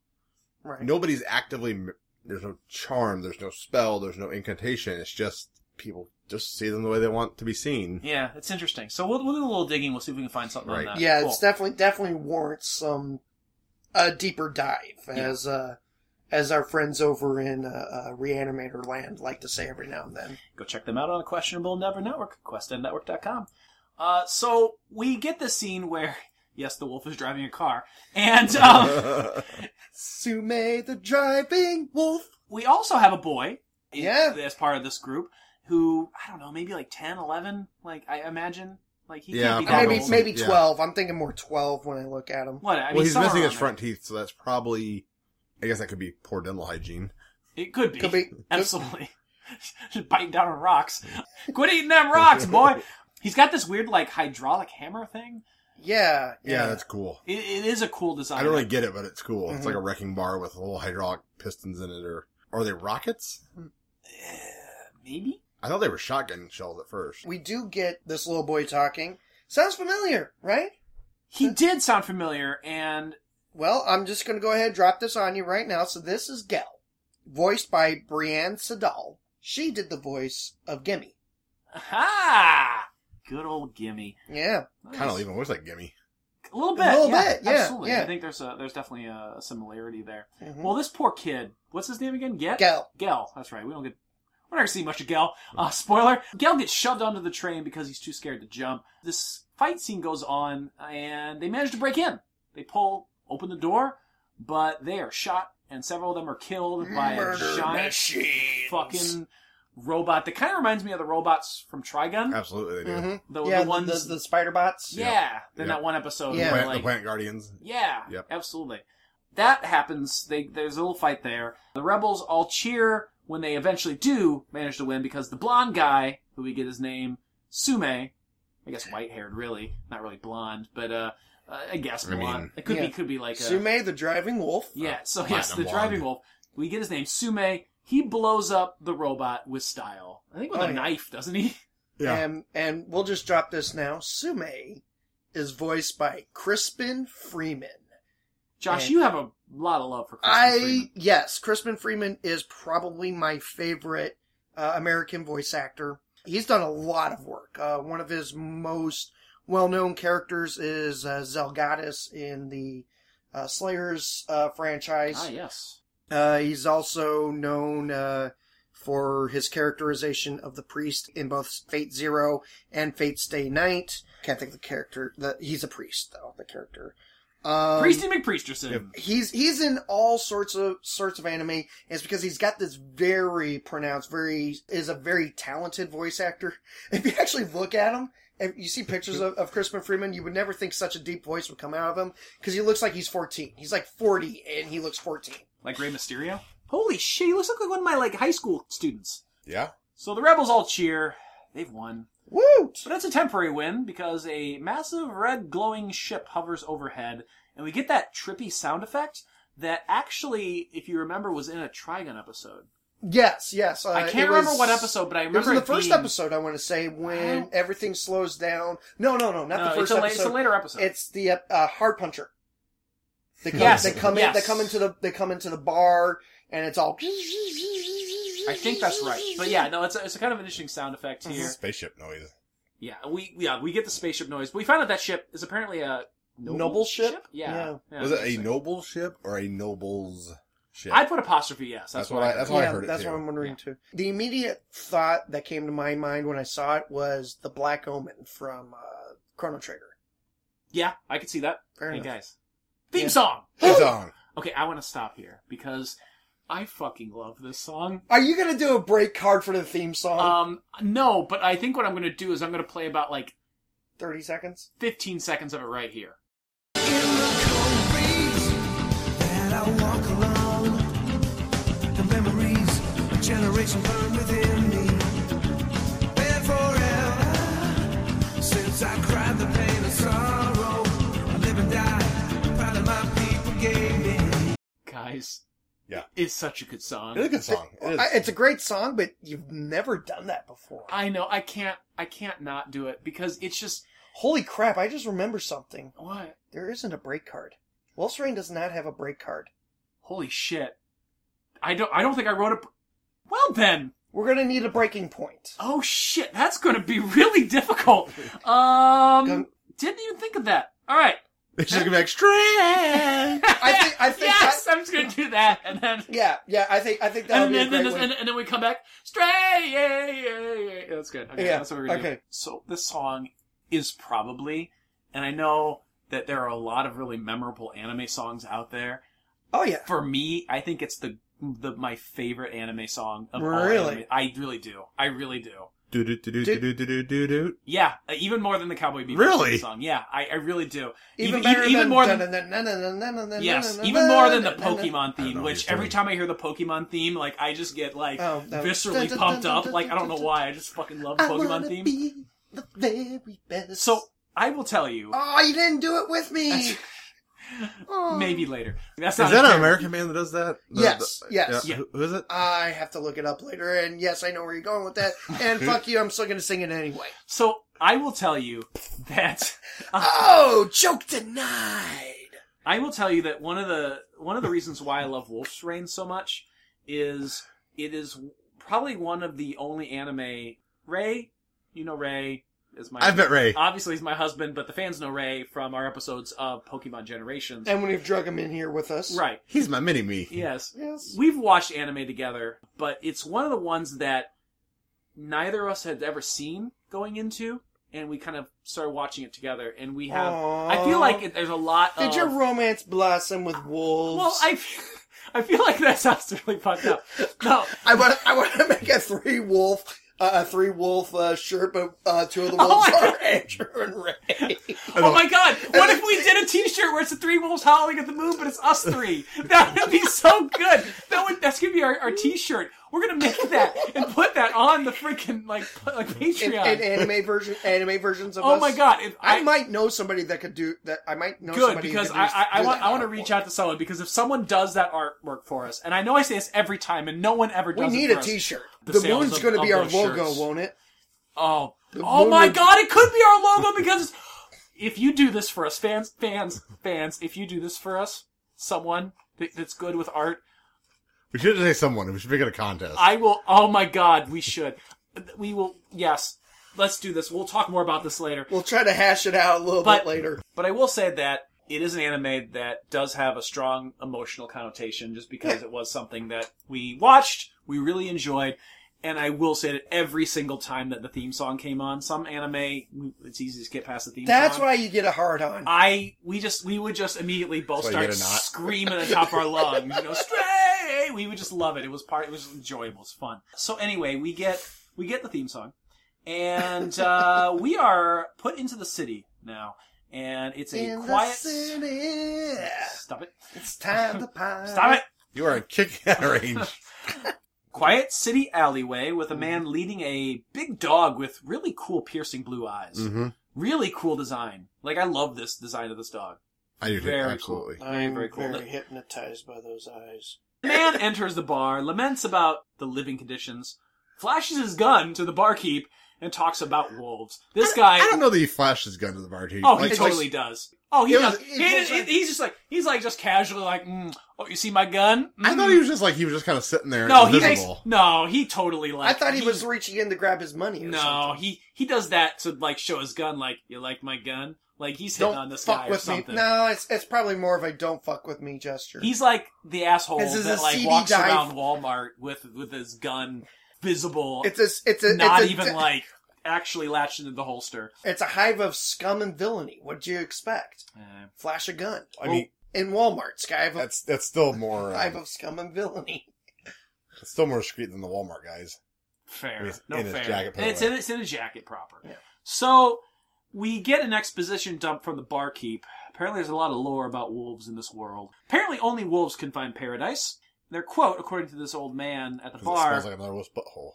Speaker 2: right.
Speaker 3: Nobody's actively. m- There's no charm. There's no spell. There's no incantation. It's just people just see them the way they want to be seen.
Speaker 4: Yeah, it's interesting. So we'll, we'll do a little digging. We'll see if we can find something
Speaker 3: Right.
Speaker 4: on that.
Speaker 2: yeah,
Speaker 4: Cool.
Speaker 2: it's definitely definitely warrants some a deeper dive as uh, as our friends over in uh, uh, Reanimator Land like to say every now and then.
Speaker 4: Go check them out on the Questionable Never Network, questendnetwork.com. Uh, so we get this scene where, yes, the wolf is driving a car, and um,
Speaker 2: Sume the driving wolf.
Speaker 4: we also have a boy in-
Speaker 2: Yeah.
Speaker 4: as part of this group who, I don't know, maybe like 10, 11, like I imagine. Like he
Speaker 3: Yeah,
Speaker 4: can't be that
Speaker 2: Maybe
Speaker 4: old.
Speaker 3: Probably,
Speaker 2: maybe
Speaker 3: yeah.
Speaker 2: twelve. I'm thinking more twelve when I look at him.
Speaker 4: What, I mean,
Speaker 3: well, he's
Speaker 4: somewhere
Speaker 3: missing
Speaker 4: around
Speaker 3: his
Speaker 4: there.
Speaker 3: front teeth, so that's probably. I guess that could be poor dental hygiene.
Speaker 4: It could be.
Speaker 2: Could be.
Speaker 4: Absolutely. Just biting down on rocks. Quit eating them rocks, boy! He's got this weird, like, hydraulic hammer thing.
Speaker 2: Yeah,
Speaker 3: Yeah, that's cool.
Speaker 4: It, it is a cool design.
Speaker 3: I don't really get it, but it's cool.
Speaker 2: Mhm.
Speaker 3: It's like a wrecking bar with little hydraulic pistons in it, or are they rockets?
Speaker 4: Eh, Maybe?
Speaker 3: I thought they were shotgun shells at first.
Speaker 2: we do get this little boy talking. Sounds familiar, right?
Speaker 4: He did sound familiar, and
Speaker 2: Well, I'm just going to go ahead and drop this on you right now. So this is Gel, voiced by Brianne Sedal. She did the voice of Gimme.
Speaker 4: ha! Good old gimme.
Speaker 2: Yeah.
Speaker 4: Nice.
Speaker 3: Kind of even looks like gimme.
Speaker 4: a little bit,
Speaker 2: A little
Speaker 4: yeah,
Speaker 2: bit, yeah,
Speaker 4: absolutely.
Speaker 2: yeah.
Speaker 4: I think there's a there's definitely a, a similarity there.
Speaker 2: Mhm.
Speaker 4: Well, this poor kid, what's his name again? Get
Speaker 2: Gel.
Speaker 4: Gel. That's right. We don't get we're not gonna see much of Gel. Uh, spoiler: Gel gets shoved onto the train because he's too scared to jump. This fight scene goes on, and they manage to break in. They pull open the door, but they are shot, and several of them are killed by a giant
Speaker 2: machines.
Speaker 4: fucking robot that kind of reminds me of the robots from Trigun.
Speaker 3: Absolutely, they do.
Speaker 2: Mhm.
Speaker 4: The,
Speaker 2: yeah,
Speaker 4: the ones,
Speaker 2: the, the spider bots.
Speaker 4: yeah, in
Speaker 3: Yeah.
Speaker 4: that one episode,
Speaker 2: Yeah.
Speaker 3: The,
Speaker 4: where,
Speaker 3: Planet,
Speaker 4: like,
Speaker 3: the Planet Guardians.
Speaker 4: yeah,
Speaker 3: Yep.
Speaker 4: absolutely. That happens. They there's a little fight there. The rebels all cheer when they eventually do manage to win because the blonde guy, who we get his name Sume, I guess white haired, really not really blonde, but uh, uh, I guess
Speaker 3: I mean-
Speaker 4: blonde. it could
Speaker 2: Yeah.
Speaker 4: be could be like uh, a,
Speaker 2: Sume the driving wolf.
Speaker 4: yeah. So yes, the
Speaker 3: Platinum
Speaker 4: driving
Speaker 3: blonde.
Speaker 4: wolf. We get his name Sume. He blows up the robot with style. I think with
Speaker 2: Oh,
Speaker 4: a
Speaker 2: yeah.
Speaker 4: knife, doesn't he?
Speaker 2: And, and we'll just drop this now. Sume is voiced by Crispin Freeman.
Speaker 4: Josh,
Speaker 2: Yeah.
Speaker 4: you have a lot of love for Christmas.
Speaker 2: I
Speaker 4: Freeman.
Speaker 2: yes, Crispin Freeman is probably my favorite uh, American voice actor. He's done a lot of work. Uh, one of his most well-known characters is uh, Zelgadis in the uh, Slayers uh, franchise.
Speaker 4: ah yes,
Speaker 2: Uh, he's also known uh, for his characterization of the priest in both Fate Zero and Fate Stay Night. Can't think of the character. The, he's a priest, though, the character. Um,
Speaker 4: Priesty McPriesterson.
Speaker 2: he's he's in all sorts of sorts of anime. and It's because he's got this very pronounced, very is a very talented voice actor. If you actually look at him, if you see pictures of, of Crispin Freeman, you would never think such a deep voice would come out of him because he looks like he's fourteen. He's like forty and he looks fourteen.
Speaker 4: Like Rey Mysterio. Holy shit, he looks like one of my like high school students.
Speaker 3: Yeah.
Speaker 4: So the rebels all cheer. They've won.
Speaker 2: Woo!
Speaker 4: But it's a temporary win because a massive red glowing ship hovers overhead, and we get that trippy sound effect that actually, if you remember, was in a Trigun episode.
Speaker 2: Yes, yes. Uh,
Speaker 4: I
Speaker 2: it
Speaker 4: can't remember
Speaker 2: was-
Speaker 4: what episode, but I
Speaker 2: It was
Speaker 4: remember
Speaker 2: in the
Speaker 4: it
Speaker 2: first
Speaker 4: being-
Speaker 2: episode, I want to say, when
Speaker 4: What?
Speaker 2: everything slows down. No, no, no, not
Speaker 4: No,
Speaker 2: the first
Speaker 4: Uh, it's, a, la-
Speaker 2: episode.
Speaker 4: it's a later episode.
Speaker 2: It's the uh, uh, hard puncher. They come,
Speaker 4: Yes,
Speaker 2: they come in.
Speaker 4: yes.
Speaker 2: They come into the. They come into the bar, and it's all.
Speaker 4: I think that's right. But yeah, no, it's a, it's a kind of an interesting sound effect
Speaker 2: Mhm.
Speaker 4: here.
Speaker 3: Spaceship noise.
Speaker 4: Yeah, we yeah we get the spaceship noise, but we find out that ship is apparently a noble,
Speaker 2: Noble ship?
Speaker 4: Yeah,
Speaker 2: Yeah.
Speaker 4: Yeah,
Speaker 3: was it a
Speaker 4: interesting.
Speaker 3: noble ship or a noble's ship?
Speaker 4: I'd put apostrophe yes. That's,
Speaker 3: That's
Speaker 4: what,
Speaker 3: what I-
Speaker 4: I.
Speaker 3: that's
Speaker 4: heard.
Speaker 3: what I
Speaker 2: Yeah,
Speaker 3: heard it
Speaker 2: that's
Speaker 3: too.
Speaker 2: what I'm wondering too. The immediate thought that came to my mind when I saw it was the Black Omen from uh, Chrono Trigger.
Speaker 4: yeah, I could see that.
Speaker 2: Fair
Speaker 4: hey
Speaker 2: enough.
Speaker 4: guys, theme
Speaker 2: Yeah.
Speaker 4: song.
Speaker 3: It's on.
Speaker 4: Okay, I want to stop here because I fucking love this song.
Speaker 2: Are you gonna do a break card for the theme song?
Speaker 3: Uh,
Speaker 4: Um, no, but I think what I'm gonna do is I'm gonna play about like
Speaker 2: Thirty seconds.
Speaker 4: 15 seconds of it right here. Guys,
Speaker 3: Yeah.
Speaker 4: it's such a good
Speaker 3: It is a
Speaker 4: song.
Speaker 3: good song. It is.
Speaker 2: I- It's a great song, but you've never done that before.
Speaker 4: I know I can't I can't not do it because it's just
Speaker 2: Holy crap! I just remember something.
Speaker 4: what
Speaker 2: There isn't a break card. Wolf's Rain does not have a break card.
Speaker 4: holy shit. I don't I don't think I wrote a Well then.
Speaker 2: We're gonna need a breaking point.
Speaker 4: Oh shit, that's going to be really difficult. Um
Speaker 2: Go-
Speaker 4: didn't even think of that. All right.
Speaker 3: It's just gonna be like strength.
Speaker 2: I think- I think
Speaker 4: yes,
Speaker 2: that-
Speaker 4: I'm just gonna do that, and then
Speaker 2: Yeah, yeah, I think I think that would
Speaker 4: and
Speaker 2: be a great
Speaker 4: then, then,
Speaker 2: way.
Speaker 4: and, and then we come back stray. Yeah, yeah, yeah. That's good. Okay,
Speaker 2: Yeah,
Speaker 4: that's what we're gonna do.
Speaker 2: okay.
Speaker 4: So this song is probably, and I know that there are a lot of really memorable anime songs out there.
Speaker 2: Oh yeah,
Speaker 4: For me, I think it's the the my favorite anime song of all
Speaker 2: Really?
Speaker 4: anime. I really do. I really do.
Speaker 3: Do do do do do do do do do.
Speaker 4: Yeah, uh, even more than the Cowboy Bebop
Speaker 3: Really?
Speaker 4: song. Yeah, I, I really do.
Speaker 2: even
Speaker 4: Even-
Speaker 2: better
Speaker 4: even
Speaker 2: than
Speaker 4: more than-
Speaker 2: than
Speaker 4: Yes, even more than the Pokemon
Speaker 3: I don't know
Speaker 4: theme,
Speaker 3: what
Speaker 4: which
Speaker 3: you're
Speaker 4: every
Speaker 3: saying.
Speaker 4: time I hear the Pokemon theme, like I just get like
Speaker 2: Oh, that-
Speaker 4: viscerally pumped up. Like I don't know why, I just fucking love the
Speaker 2: I wanna
Speaker 4: Pokemon theme.
Speaker 2: be the very best.
Speaker 4: So I will tell you
Speaker 2: oh, you didn't do it with me. Oh.
Speaker 4: maybe later. That's not
Speaker 3: Is that
Speaker 4: a
Speaker 3: an
Speaker 4: fair-
Speaker 3: American man that does that? The-
Speaker 2: Yes,
Speaker 3: the-
Speaker 2: yes.
Speaker 3: yeah. Who- Who is it?
Speaker 4: Uh,
Speaker 2: I have to look it up later, and yes, I know where you're going with that. And fuck you, I'm still gonna sing it anyway.
Speaker 4: So I will tell you that uh,
Speaker 2: Oh, joke denied.
Speaker 4: I will tell you that one of the one of the reasons why I love Wolf's Rain so much is it is probably one of the only anime Ray, you know Ray is my
Speaker 3: I've met Ray.
Speaker 4: obviously he's my husband, but the fans know Ray from our episodes of Pokemon Generations.
Speaker 2: And we've drug him in here with us,
Speaker 4: Right.
Speaker 3: He's my mini me.
Speaker 4: Yes.
Speaker 2: Yes.
Speaker 4: We've watched anime together, but it's one of the ones that neither of us had ever seen going into, and we kind of started watching it together. And we have. I feel like it, there's a lot
Speaker 2: Did
Speaker 4: of.
Speaker 2: your romance blossom with wolves?
Speaker 4: well, I. f- I feel like that sounds really fucked up. No,
Speaker 2: I want I want to make a three wolf uh, a three wolf uh, shirt, but uh, two of the
Speaker 4: Oh,
Speaker 2: wolves
Speaker 4: I-
Speaker 2: are Andrew and Ray.
Speaker 4: oh my god! What if we did a T-shirt where it's the three wolves howling at the moon, but it's us three? That would be so good. That would that's gonna be our, our T-shirt. We're gonna make that and put that on the freaking like like
Speaker 2: In,
Speaker 4: Patreon.
Speaker 2: in anime version, anime versions of
Speaker 4: oh
Speaker 2: us.
Speaker 4: my god! If
Speaker 2: I, might know somebody that could do that. I might know
Speaker 4: good
Speaker 2: somebody who
Speaker 4: because
Speaker 2: could
Speaker 4: I,
Speaker 2: do-
Speaker 4: I, I
Speaker 2: do
Speaker 4: want
Speaker 2: that
Speaker 4: I want to
Speaker 2: artwork.
Speaker 4: reach out to someone because if someone does that artwork for us, and I know I say this every time, and no one ever
Speaker 2: We
Speaker 4: does.
Speaker 2: need
Speaker 4: it for
Speaker 2: a
Speaker 4: us.
Speaker 2: T-shirt.
Speaker 4: The
Speaker 2: The,
Speaker 4: sales
Speaker 2: moon's
Speaker 4: of-
Speaker 2: going to be
Speaker 4: of
Speaker 2: our
Speaker 4: those
Speaker 2: logo,
Speaker 4: shirts.
Speaker 2: won't it?
Speaker 4: Oh,
Speaker 2: The
Speaker 4: oh
Speaker 2: moon
Speaker 4: my
Speaker 2: would-
Speaker 4: God! It could be our logo because if you do this for us, fans, fans, fans, if you do this for us, someone that, that's good with art,
Speaker 3: We should say someone. We should pick out a contest.
Speaker 4: I will. Oh my God, we should, we will. Yes, let's do this. We'll talk more about this later.
Speaker 2: We'll try to hash it out a little
Speaker 4: But-
Speaker 2: bit later.
Speaker 4: But I will say that it is an anime that does have a strong emotional connotation just because it was something that we watched, we really enjoyed, And I will say that every single time that the theme song came on, some anime, it's easy to skip past the theme
Speaker 2: That's
Speaker 4: song.
Speaker 2: why you get a hard on.
Speaker 4: I we just we would just immediately both
Speaker 3: That's why you
Speaker 4: start
Speaker 3: get a knot.
Speaker 4: screaming at the top of our lungs, you know, stray. We would just love it. It was part. It was enjoyable. It's fun. So anyway, we get we get the theme song, and uh, we are put into the city now, and it's a
Speaker 2: In
Speaker 4: quiet.
Speaker 2: the city,
Speaker 4: Stop it!
Speaker 2: it's time to pine.
Speaker 4: Stop it!
Speaker 3: You are kicking out of range.
Speaker 4: Quiet city alleyway with a
Speaker 3: Mm-hmm.
Speaker 4: man leading a big dog with really cool piercing blue eyes.
Speaker 3: mm-hmm.
Speaker 4: Really cool design. Like I love this design of this dog.
Speaker 3: I do too.
Speaker 4: Very cool.
Speaker 3: Absolutely.
Speaker 4: Very, very cool.
Speaker 2: very hypnotized by those eyes.
Speaker 4: The man enters the bar, laments about the living conditions, flashes his gun to the barkeep, and talks about wolves. This guy,
Speaker 3: I don't know that he flashed his gun to the bartender.
Speaker 4: oh, he
Speaker 3: Like,
Speaker 4: totally does. Oh, he
Speaker 3: It
Speaker 4: does.
Speaker 3: was-
Speaker 4: he,
Speaker 3: it was
Speaker 4: he-
Speaker 3: like-
Speaker 4: he's just like he's like just casually like, mm, oh, you see my gun?
Speaker 3: I
Speaker 4: Mm."
Speaker 3: thought he was just like he was just kind of sitting there.
Speaker 4: no, he makes,
Speaker 3: invisible.
Speaker 4: no, he totally like.
Speaker 2: I thought he was reaching in to grab his money. Or
Speaker 4: No,
Speaker 2: something.
Speaker 4: he he does that to like show his gun. Like you like my gun? Like he's hitting
Speaker 2: don't
Speaker 4: on this
Speaker 2: fuck
Speaker 4: guy
Speaker 2: with
Speaker 4: or something.
Speaker 2: me. No, it's it's probably more of a don't fuck with me gesture.
Speaker 4: He's like the asshole
Speaker 2: This is
Speaker 4: that
Speaker 2: a
Speaker 4: like
Speaker 2: CD
Speaker 4: walks
Speaker 2: dive.
Speaker 4: around Walmart with with his gun visible.
Speaker 2: it's a it's a
Speaker 4: not
Speaker 2: it's a,
Speaker 4: even like actually latched into the holster.
Speaker 2: it's a hive of scum and villainy. What'd you expect? Flash a gun.
Speaker 3: I mean-
Speaker 2: in Walmart, sky of a
Speaker 3: That's that's still more uh,
Speaker 2: hive of scum and villainy.
Speaker 3: it's still more discreet than the Walmart guys.
Speaker 4: fair,
Speaker 3: It's
Speaker 4: no
Speaker 3: in his
Speaker 4: fair.
Speaker 3: jacket, by the
Speaker 4: it's
Speaker 3: way.
Speaker 4: in it's in a jacket proper.
Speaker 2: Yeah.
Speaker 4: So we get an exposition dump from the barkeep. Apparently, there's a lot of lore about wolves in this world. Apparently, only wolves can find paradise. Their quote, according to this old man at the
Speaker 3: 'cause
Speaker 4: bar,
Speaker 3: It smells like another wolf's butthole.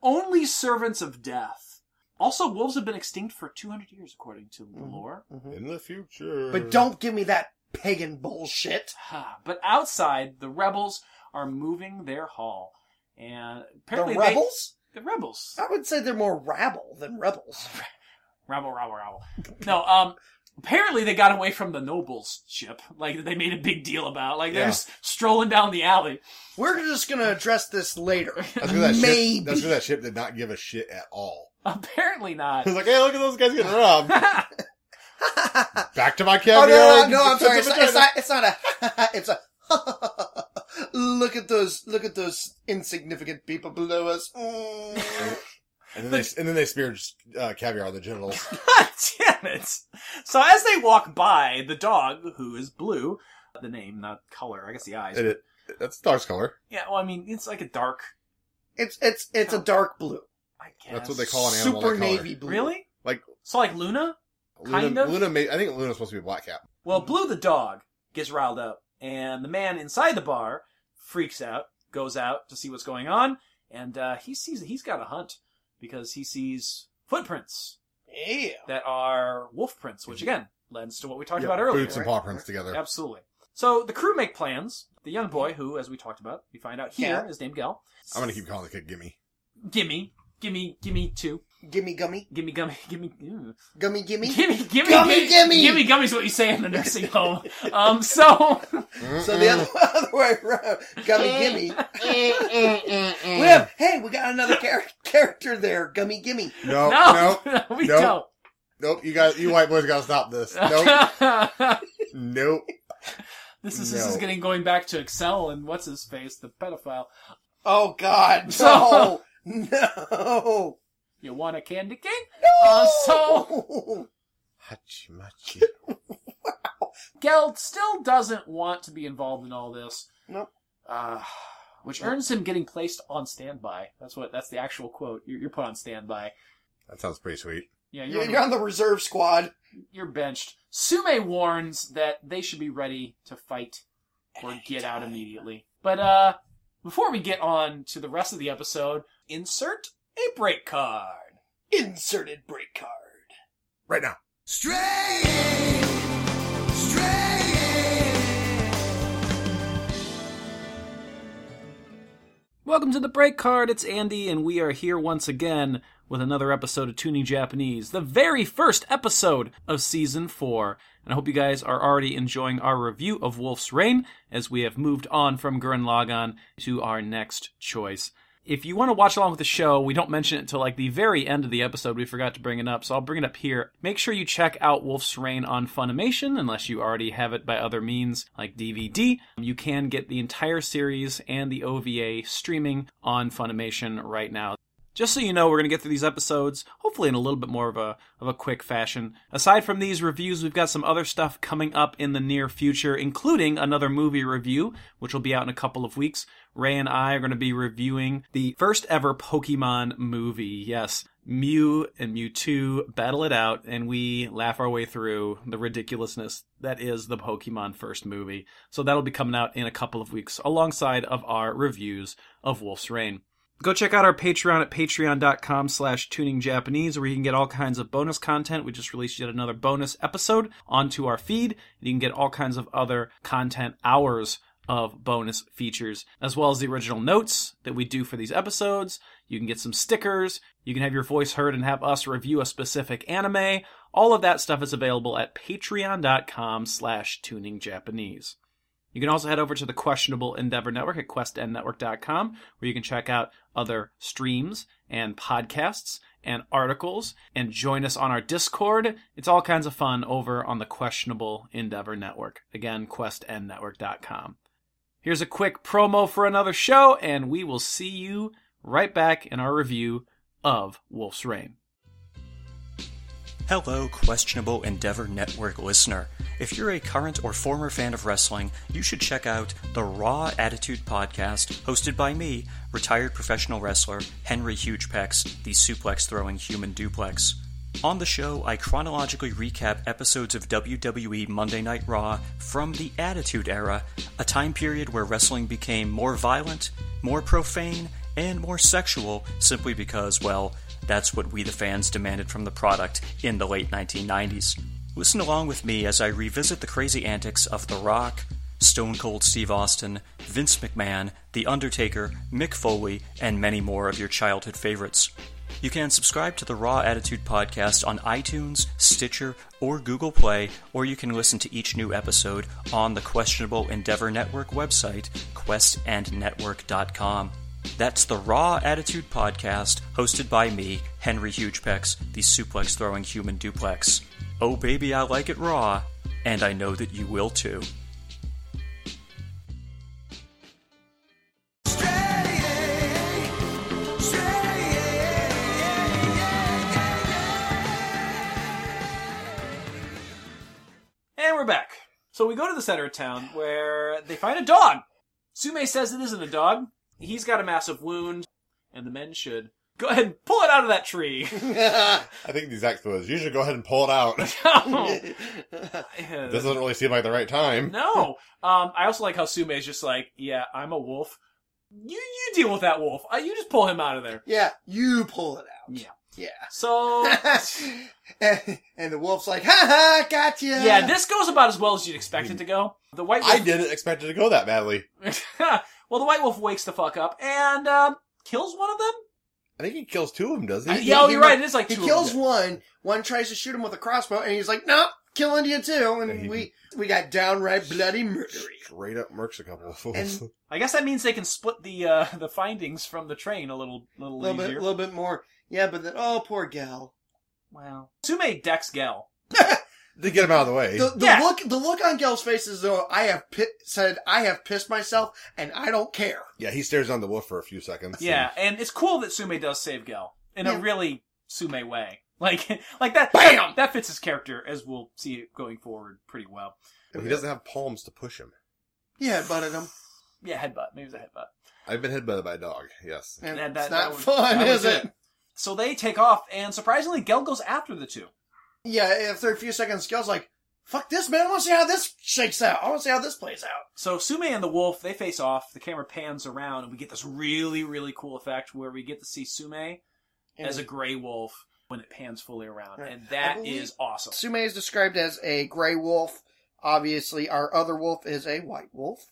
Speaker 4: only servants of death. Also, wolves have been extinct for 200 years, according to the
Speaker 2: Mhm.
Speaker 4: lore.
Speaker 2: Mhm.
Speaker 3: In the future,
Speaker 2: But don't give me that pagan bullshit.
Speaker 4: Ah, But outside, the rebels are moving their hall, and apparently
Speaker 2: the
Speaker 4: they-
Speaker 2: rebels?
Speaker 4: the rebels.
Speaker 2: I would say they're more rabble than rebels.
Speaker 4: rabble, rabble, rabble. No, um, apparently they got away from the nobles ship, like that they made a big deal about. Like they're
Speaker 3: Yeah.
Speaker 4: just strolling down the alley.
Speaker 2: We're just gonna address this later.
Speaker 3: That's because that
Speaker 2: Maybe.
Speaker 3: ship. That's because that ship did not give a shit at all.
Speaker 4: Apparently not.
Speaker 3: It was like, hey, look at those guys getting robbed. Back to my
Speaker 2: oh no,
Speaker 3: caviar.
Speaker 2: no,
Speaker 3: and
Speaker 2: no, I'm sorry. It's,
Speaker 3: defensive
Speaker 2: it's
Speaker 3: vagina.
Speaker 2: not. It's not a. it's a. look at those. Look at those insignificant people below us. Mm.
Speaker 3: And then they and then they speared uh, caviar on the genitals.
Speaker 4: God damn it! So as they walk by, the dog, who is blue, the name, not color, I guess the eyes.
Speaker 3: It- it- that's the dog's color.
Speaker 4: Yeah, well, I mean, it's like a dark.
Speaker 2: it's it's it's a dark blue,
Speaker 4: I guess.
Speaker 3: That's what they call an animal.
Speaker 2: super
Speaker 3: that color.
Speaker 2: navy blue.
Speaker 4: Really?
Speaker 3: Like-
Speaker 4: so, like Luna.
Speaker 3: Luna,
Speaker 4: Kind of?
Speaker 3: Luna made, I think Luna's supposed to be Black Cat.
Speaker 4: Well, Blue the dog gets riled up, and the man inside the bar freaks out, goes out to see what's going on, and uh, he sees that he's got a hunt because he sees footprints
Speaker 2: Yeah.
Speaker 4: that are wolf prints, which again lends to what we talked
Speaker 3: Mhm. Yeah,
Speaker 4: about earlier.
Speaker 3: Boots and
Speaker 2: right?
Speaker 3: paw prints together.
Speaker 4: Absolutely. So the crew make plans. The young boy, who, as we talked about, we find out here
Speaker 2: Yeah.
Speaker 4: is named Gel.
Speaker 3: I'm gonna keep calling the kid Gimme.
Speaker 4: Gimme, gimme, gimme two,
Speaker 2: Gimme gummy,
Speaker 4: gimme gummy, gimme. mm.
Speaker 2: gummy gimme.
Speaker 4: Gimme,
Speaker 2: Gummy,
Speaker 4: gimme, gimme,
Speaker 2: gimme.
Speaker 4: gimme, gummy's what you say in the nursing home. Um, so
Speaker 2: So the other, other way around, gummy
Speaker 4: Eh,
Speaker 2: gimme. we
Speaker 3: no,
Speaker 2: have, hey, we got another char- character there, gummy gimme.
Speaker 3: no,
Speaker 4: no,
Speaker 3: no,
Speaker 4: no, we
Speaker 3: nope.
Speaker 4: don't.
Speaker 3: nope. You guys, you white boys, gotta stop this. Nope, nope.
Speaker 4: this is this is
Speaker 3: No.
Speaker 4: getting going back to Excel and what's his face, the pedophile.
Speaker 2: Oh God, no, no,
Speaker 4: You want a candy cane?
Speaker 2: no.
Speaker 4: Uh, so
Speaker 3: Hachi machi.
Speaker 4: Geld still doesn't want to be involved in all this.
Speaker 2: Nope.
Speaker 4: Uh, which earns him getting placed on standby. That's what that's the actual quote. You're, you're put on standby.
Speaker 3: That sounds pretty sweet.
Speaker 4: Yeah, you're,
Speaker 2: You're you're on the reserve squad.
Speaker 4: you're benched. Sume warns that they should be ready to fight or get out immediately. But uh before we get on to the rest of the episode, insert a break card.
Speaker 2: Inserted break card.
Speaker 3: Right now.
Speaker 4: Welcome to the break card. It's Andy and we are here once again with another episode of Tuning Japanese, the very first episode of season 4. And I hope you guys are already enjoying our review of Wolf's Reign as we have moved on from Gurren Lagann to our next choice. If you want to watch along with the show, we don't mention it until like the very end of the episode. We forgot to bring it up, so I'll bring it up here. Make sure you check out Wolf's Rain on Funimation, unless you already have it by other means like DVD. You can get the entire series and the OVA streaming on Funimation right now. Just so you know, we're going to get through these episodes, hopefully in a little bit more of a, of a quick fashion. Aside from these reviews, we've got some other stuff coming up in the near future, including another movie review, which will be out in a couple of weeks. Ray and I are going to be reviewing the first ever Pokemon movie. Yes, Mew and Mewtwo battle it out, and we laugh our way through the ridiculousness that is the Pokemon first movie. So that'll be coming out in a couple of weeks alongside of our reviews of Wolf's Rain. Go check out our Patreon at patreon.com slash tuningjapanese where you can get all kinds of bonus content. We just released yet another bonus episode onto our feed. And you can get all kinds of other content hours of bonus features, as well as the original notes that we do for these episodes. You can get some stickers. You can have your voice heard and have us review a specific anime. All of that stuff is available at patreon.com slash tuningjapanese. You can also head over to the Questionable Endeavor Network at questennetwork.com, where you can check out other streams and podcasts and articles and join us on our Discord. It's all kinds of fun over on the Questionable Endeavor Network. Again, questennetwork.com. Here's a quick promo for another show, and we will see you right back in our review of Wolf's Rain.
Speaker 5: Hello, Questionable Endeavor Network listener. If you're a current or former fan of wrestling, you should check out the Raw Attitude Podcast, hosted by me, retired professional wrestler Henry Hugepex, the suplex throwing human duplex. On the show, I chronologically recap episodes of WWE Monday Night Raw from the Attitude Era, a time period where wrestling became more violent, more profane, and more sexual simply because, well, that's what we the fans demanded from the product in the late 1990s. Listen along with me as I revisit the crazy antics of The Rock, Stone Cold Steve Austin, Vince McMahon, The Undertaker, Mick Foley, and many more of your childhood favorites. You can subscribe to the Raw Attitude Podcast on iTunes, Stitcher, or Google Play, or you can listen to each new episode on the Questionable Endeavor Network website, questandnetwork.com. That's the Raw Attitude Podcast, hosted by me, Henry Hugepex, the suplex throwing human duplex. Oh, baby, I like it raw, and I know that you will too.
Speaker 4: And we're back. So we go to the center of town where they find a dog. Sume says it isn't a dog. He's got a massive wound, and the men should go ahead and pull it out of that tree.
Speaker 3: I think the exact was you should go ahead and pull it out.
Speaker 4: no. Oh.
Speaker 3: this doesn't really seem like the right time.
Speaker 4: no. Um, I also like how Sume is just like, yeah, I'm a wolf. You you deal with that wolf. Uh, you just pull him out of there.
Speaker 2: Yeah, you pull it out.
Speaker 4: Yeah.
Speaker 2: Yeah.
Speaker 4: So
Speaker 2: and, and the wolf's like, ha ha, gotcha.
Speaker 4: yeah, this goes about as well as you'd expect it to go. The white
Speaker 3: I
Speaker 4: wolf,
Speaker 3: didn't expect it to go that badly.
Speaker 4: well, the white wolf wakes the fuck up and um, kills one of them.
Speaker 3: I think he kills two of them, doesn't
Speaker 4: I-
Speaker 3: he?
Speaker 4: yeah, oh, you're right. It is like
Speaker 2: he
Speaker 4: two of
Speaker 2: kills
Speaker 4: them.
Speaker 2: one. One tries to shoot him with a crossbow, and he's like, "Nope, kill India too." And
Speaker 3: Yeah, he-
Speaker 2: we we got downright bloody murdery.
Speaker 3: Straight up murks a couple of fools.
Speaker 2: And-
Speaker 4: I guess that means they can split the uh, the findings from the train a little little,
Speaker 2: A little bit,
Speaker 4: easier.
Speaker 2: a little bit more. Yeah, but then oh, poor gal.
Speaker 4: Wow. Sume decks Gel.
Speaker 3: they get him out of the way.
Speaker 2: The, the
Speaker 4: Yeah.
Speaker 2: look, the look on Gel's face is though I have pi- said I have pissed myself, and I don't care.
Speaker 3: yeah, he stares on the wolf for a few seconds.
Speaker 4: Yeah, and it's cool that Sume does save Gel in
Speaker 2: Yeah.
Speaker 4: a really Sume way. Like like that
Speaker 2: Bam!
Speaker 4: that fits his character as we'll see it going forward pretty well.
Speaker 3: And he doesn't have palms to push him.
Speaker 2: Yeah, butted him.
Speaker 4: Yeah, headbutt. Maybe it was a headbutt.
Speaker 3: I've been headbutted by a dog. Yes.
Speaker 2: And
Speaker 4: That-
Speaker 2: it's
Speaker 4: that-
Speaker 2: not
Speaker 4: that was-
Speaker 2: fun,
Speaker 4: that
Speaker 2: is
Speaker 4: was
Speaker 2: it?
Speaker 4: So they take off and surprisingly Gel goes after the two.
Speaker 2: Yeah. After a few seconds, Gel's like, "Fuck this, man! I want to see how this shakes out. I want to see how this plays out."
Speaker 4: So Sume and the wolf, they face off, the camera pans around, and we get this really, really cool effect where we get to see Sume
Speaker 2: And
Speaker 4: as a gray wolf when it pans fully around.
Speaker 2: Right.
Speaker 4: And
Speaker 2: I
Speaker 4: that is
Speaker 2: believe-
Speaker 4: awesome.
Speaker 2: Sume is described as a gray wolf. Obviously, our other wolf is a white wolf.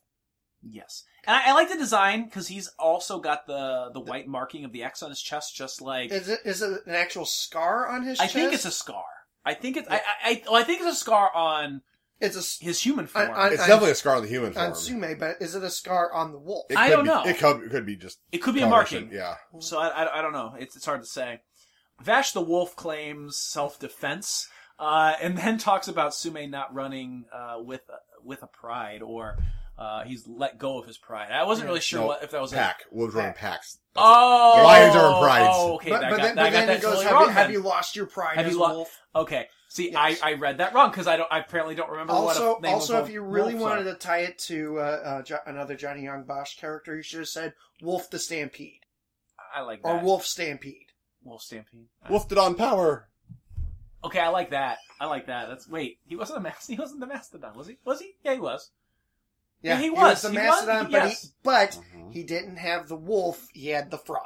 Speaker 4: Yes, and I, I like the design because he's also got the the white marking of the X on his chest, just like
Speaker 2: Is it is it an actual scar on his
Speaker 4: I
Speaker 2: chest?
Speaker 4: think it's a scar. I think it's I I, I, well, I think it's a scar on
Speaker 2: It's a s-
Speaker 4: his human form.
Speaker 2: I-
Speaker 3: It's
Speaker 2: I-
Speaker 3: definitely a scar on the human form.
Speaker 2: on Sume, but is it a scar on the wolf?
Speaker 3: It
Speaker 4: I
Speaker 3: could
Speaker 4: don't
Speaker 3: be-
Speaker 4: know.
Speaker 3: It could, it could be just
Speaker 4: it could be a
Speaker 3: coloration,
Speaker 4: marking.
Speaker 3: Yeah.
Speaker 4: So I, I, I don't know. It's, it's hard to say. Vash the Wolf claims self-defense, uh, and then talks about Sume not running uh, with with a pride, or uh, he's let go of his pride. I wasn't really sure
Speaker 3: No,
Speaker 4: what, if that was a
Speaker 3: Pack. Wolves run in packs. That's
Speaker 4: Oh,
Speaker 3: it. Lions are in prides.
Speaker 4: Oh, okay,
Speaker 2: but
Speaker 4: that
Speaker 2: but
Speaker 4: got,
Speaker 2: then,
Speaker 4: that
Speaker 2: but
Speaker 4: got
Speaker 2: then
Speaker 4: that
Speaker 2: he goes,
Speaker 4: totally
Speaker 2: have,
Speaker 4: wrong.
Speaker 2: you, have
Speaker 4: then.
Speaker 2: you lost your pride
Speaker 4: Have
Speaker 2: as
Speaker 4: you lo-
Speaker 2: wolf?
Speaker 4: Okay, see,
Speaker 2: Yes.
Speaker 4: I, I read that wrong because I don't. I apparently don't remember
Speaker 2: Also,
Speaker 4: what. A name
Speaker 2: also,
Speaker 4: of
Speaker 2: if you really
Speaker 4: wolves
Speaker 2: wanted
Speaker 4: are.
Speaker 2: to tie it to uh, uh, jo- another Johnny Young Bosch character, you should have said Wolf the Stampede
Speaker 4: I like
Speaker 2: or
Speaker 4: that.
Speaker 2: Wolf Stampede.
Speaker 4: wolf stampede.
Speaker 3: Wolfed it on power.
Speaker 4: Okay, I like that. I like that. That's wait. He wasn't a mas- He wasn't the mastodon, was he? Was he? Yeah, he was. Yeah, he was.
Speaker 2: the
Speaker 4: He was.
Speaker 2: mastodon, but
Speaker 4: Yes.
Speaker 2: he but
Speaker 3: Mhm.
Speaker 2: he didn't have the wolf. He had the frog.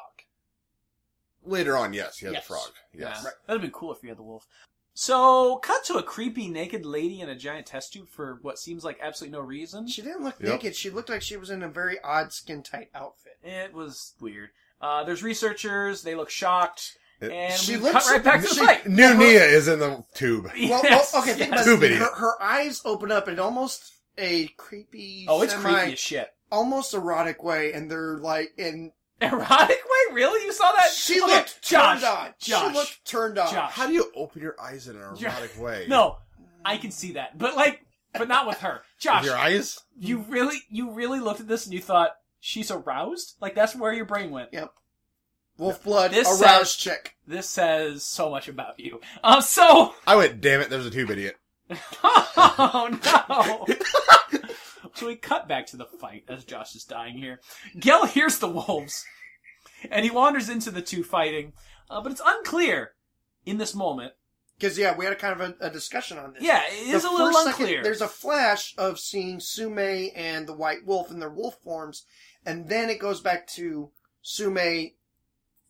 Speaker 3: Later on, yes, he had
Speaker 2: Yes.
Speaker 3: the frog. Yes.
Speaker 4: Yeah. That'd be cool if you had the wolf. So, cut to a creepy naked lady in a giant test tube for what seems like absolutely no reason.
Speaker 2: She didn't look
Speaker 3: Yep.
Speaker 2: naked. She looked like she was in a very odd skin tight outfit.
Speaker 4: It was weird. Uh, there's researchers. They look shocked,
Speaker 3: It-
Speaker 4: and
Speaker 2: She
Speaker 4: we
Speaker 2: looks-
Speaker 4: cut right back to the
Speaker 2: she-
Speaker 4: fight.
Speaker 3: New Nia is in the tube.
Speaker 2: Well,
Speaker 4: Yes,
Speaker 2: well, okay, think
Speaker 4: yes.
Speaker 2: about
Speaker 3: Tube
Speaker 2: it.
Speaker 3: idiot.
Speaker 2: Her, her eyes open up in almost a creepy,
Speaker 4: Oh, it's
Speaker 2: semi-
Speaker 4: creepy as shit.
Speaker 2: almost erotic way, and they're like, and
Speaker 4: Erotic way? Really? You saw that?
Speaker 2: she
Speaker 4: Okay,
Speaker 2: looked
Speaker 4: Josh,
Speaker 2: turned on.
Speaker 4: Josh.
Speaker 2: She looked turned on.
Speaker 4: Josh.
Speaker 3: How do you open your eyes in an
Speaker 4: Yeah.
Speaker 3: erotic way?
Speaker 4: No, I can see that, but like, but not with her.
Speaker 3: With
Speaker 4: Josh,
Speaker 3: your eyes?
Speaker 4: you really, you really looked at this and you thought she's aroused. Like that's where your brain went.
Speaker 2: Yep. Wolf blood
Speaker 4: This
Speaker 2: aroused
Speaker 4: says-
Speaker 2: chick.
Speaker 4: This says so much about you. Um, so
Speaker 3: I went, damn it, there's a tube idiot.
Speaker 4: Oh no! so we cut back to the fight as Josh is dying here. Gel hears the wolves, and he wanders into the two fighting, uh, but it's unclear in this moment.
Speaker 2: Because yeah, we had a kind of a, a discussion on this.
Speaker 4: Yeah, it is
Speaker 2: The
Speaker 4: a little
Speaker 2: first
Speaker 4: unclear.
Speaker 2: Second, there's a flash of seeing Sume and the White Wolf in their wolf forms, and then it goes back to Sume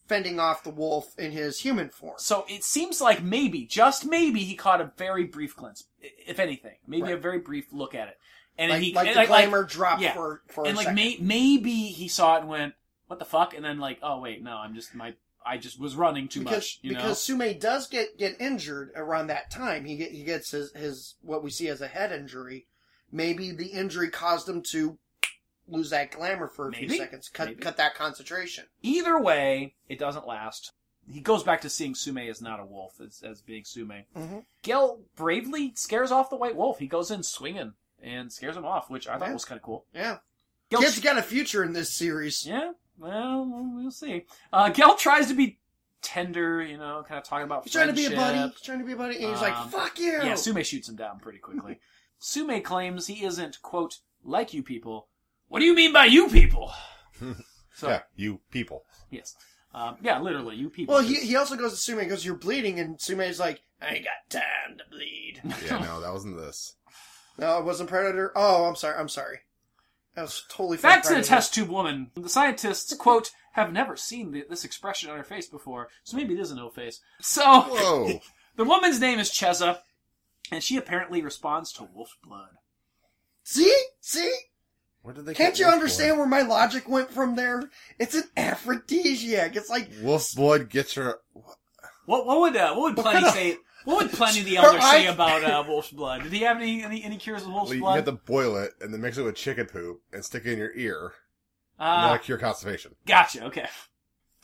Speaker 2: fending off the wolf in his human form.
Speaker 4: so it seems like maybe, just maybe, he caught a very brief glimpse, i- if anything, maybe a
Speaker 2: Right.
Speaker 4: very brief look at it, and
Speaker 2: like,
Speaker 4: he
Speaker 2: like
Speaker 4: and
Speaker 2: the glamour dropped
Speaker 4: yeah.
Speaker 2: for for
Speaker 4: and
Speaker 2: a
Speaker 4: like
Speaker 2: second.
Speaker 4: may, maybe he saw it and went, "What the fuck?" and then like, "Oh wait, no, I'm just my." I just was running too
Speaker 2: because
Speaker 4: much, you know.
Speaker 2: because Sume does get get injured around that time. He get, he gets his his what we see as a head injury. Maybe the injury caused him to lose that glamour for a
Speaker 4: Maybe.
Speaker 2: few seconds. Cut
Speaker 4: Maybe.
Speaker 2: cut that concentration.
Speaker 4: Either way, it doesn't last. He goes back to seeing Sume as not a wolf, as, as being Sume.
Speaker 2: Mhm.
Speaker 4: Gel bravely scares off the white wolf. He goes in swinging and scares him off, which I thought
Speaker 2: Yeah.
Speaker 4: was kind of cool.
Speaker 2: Yeah,
Speaker 4: Gel
Speaker 2: kid's got a future in this series.
Speaker 4: yeah, well, we'll see. Uh, Gel tries to be tender, you know, kind of talking about
Speaker 2: He's trying to be a
Speaker 4: friendship.
Speaker 2: buddy. He's trying to be a buddy, and he's
Speaker 4: Um,
Speaker 2: like, "Fuck you."
Speaker 4: Yeah, Sume shoots him down pretty quickly. Sume claims he isn't, quote, like you people. What do you mean by you people? so,
Speaker 3: yeah, you people.
Speaker 4: yes. Um, yeah, literally, you people.
Speaker 2: well, he he also goes to Sume and goes, "You're bleeding," and Sume is like, "I ain't got time to bleed."
Speaker 3: Yeah, no, that wasn't this.
Speaker 2: no, it wasn't Predator. Oh, I'm sorry. I'm sorry. That was totally from
Speaker 4: Back to the
Speaker 2: Predator.
Speaker 4: test tube woman. The scientists, quote, have never seen the, this expression on her face before, so maybe it is an O face. So,
Speaker 3: Whoa.
Speaker 4: the woman's name is Cheza, and she apparently responds to wolf's blood.
Speaker 2: See, see,
Speaker 3: Where did they
Speaker 2: Can't
Speaker 3: get
Speaker 2: you
Speaker 3: wolf
Speaker 2: understand where my logic went from there? It's an aphrodisiac. It's like
Speaker 3: blood? Wolf blood gets her.
Speaker 4: What, what would, uh, what would
Speaker 2: What
Speaker 4: Plenty
Speaker 2: kind of-
Speaker 4: say? What would Plenty the
Speaker 2: Her
Speaker 4: Elder say
Speaker 2: eye-
Speaker 4: about uh, wolf's blood? Did he have any any, any cures with wolf's
Speaker 3: Well, you
Speaker 4: blood?
Speaker 3: have to boil it and then mix it with chicken poop and stick it in your ear. And
Speaker 4: Ah,
Speaker 3: that'll cure constipation.
Speaker 4: gotcha. Okay,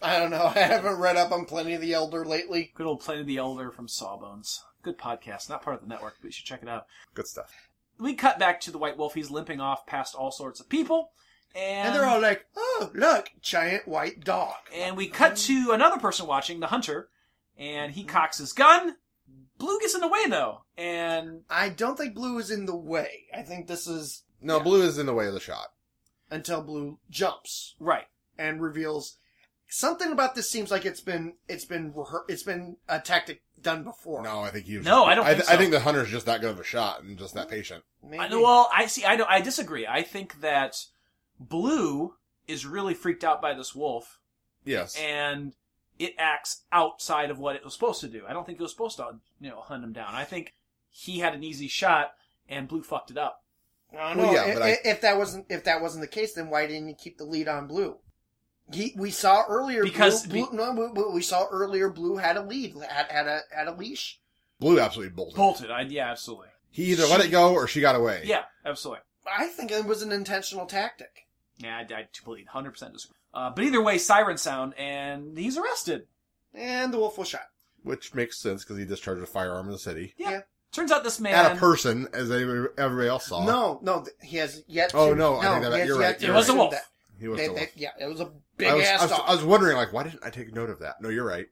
Speaker 2: I don't know. I haven't read up on Plenty of the Elder lately.
Speaker 4: good old Plenty the Elder from Sawbones. Good podcast. Not part of the network, but you should check it out.
Speaker 3: Good stuff.
Speaker 4: We cut back to the White Wolf. He's limping off past all sorts of people, and,
Speaker 2: And they're all like, "Oh, look, giant white dog."
Speaker 4: And we cut to another person watching, the hunter, and
Speaker 2: Mm-hmm.
Speaker 4: he cocks his gun. Blue gets in the way though, and
Speaker 2: I don't think Blue is in the way. I think this is
Speaker 3: No, blue is in the way of the shot.
Speaker 2: until Blue jumps
Speaker 4: right,
Speaker 2: and reveals something about this seems like it's been it's been rehe- it's been a tactic done before.
Speaker 3: No, I think he was.
Speaker 4: No, I don't
Speaker 3: I,
Speaker 4: think
Speaker 3: I
Speaker 4: so.
Speaker 3: think the hunter's just that good of a shot and just that patient.
Speaker 2: Maybe.
Speaker 4: I know. Well, I see. I do I disagree. I think that Blue is really freaked out by this wolf,
Speaker 3: Yes.
Speaker 4: and it acts outside of what it was supposed to do. I don't think it was supposed to, you know, hunt him down. I think he had an easy shot, and Blue fucked it up.
Speaker 2: I don't
Speaker 3: Well,
Speaker 2: know.
Speaker 3: yeah,
Speaker 2: if,
Speaker 3: but I-
Speaker 2: if that wasn't if that wasn't the case, then why didn't he keep the lead on Blue? He, we saw earlier
Speaker 4: Because
Speaker 2: Blue, Blue, no, we- we, we saw earlier Blue had a lead had, had a had a leash.
Speaker 3: blue absolutely bolted.
Speaker 4: Bolted. I, yeah, absolutely.
Speaker 3: He either let it go or she got away.
Speaker 4: Yeah, absolutely.
Speaker 2: I think it was an intentional tactic.
Speaker 4: Yeah, I, I completely, 100% disagree. Uh, but either way, siren sound, and he's arrested.
Speaker 2: And the wolf was shot.
Speaker 3: Which makes sense because he discharged a firearm in the city.
Speaker 4: Yeah.
Speaker 2: Yeah.
Speaker 4: Turns out this man.
Speaker 3: At a person, as anybody- everybody else saw.
Speaker 2: No, no, th- he has yet.
Speaker 3: Oh,
Speaker 2: to,
Speaker 3: no, I think that-
Speaker 2: he has
Speaker 3: you're
Speaker 2: yet
Speaker 3: right,
Speaker 2: to
Speaker 3: you're It was
Speaker 4: a
Speaker 2: do
Speaker 4: wolf.
Speaker 2: that.
Speaker 3: He was
Speaker 2: They-
Speaker 3: still.
Speaker 2: they- yeah, it was a big
Speaker 3: I was,
Speaker 2: ass
Speaker 3: I was,
Speaker 2: dog.
Speaker 3: I was wondering, like, why didn't I take note of that? No, you're right.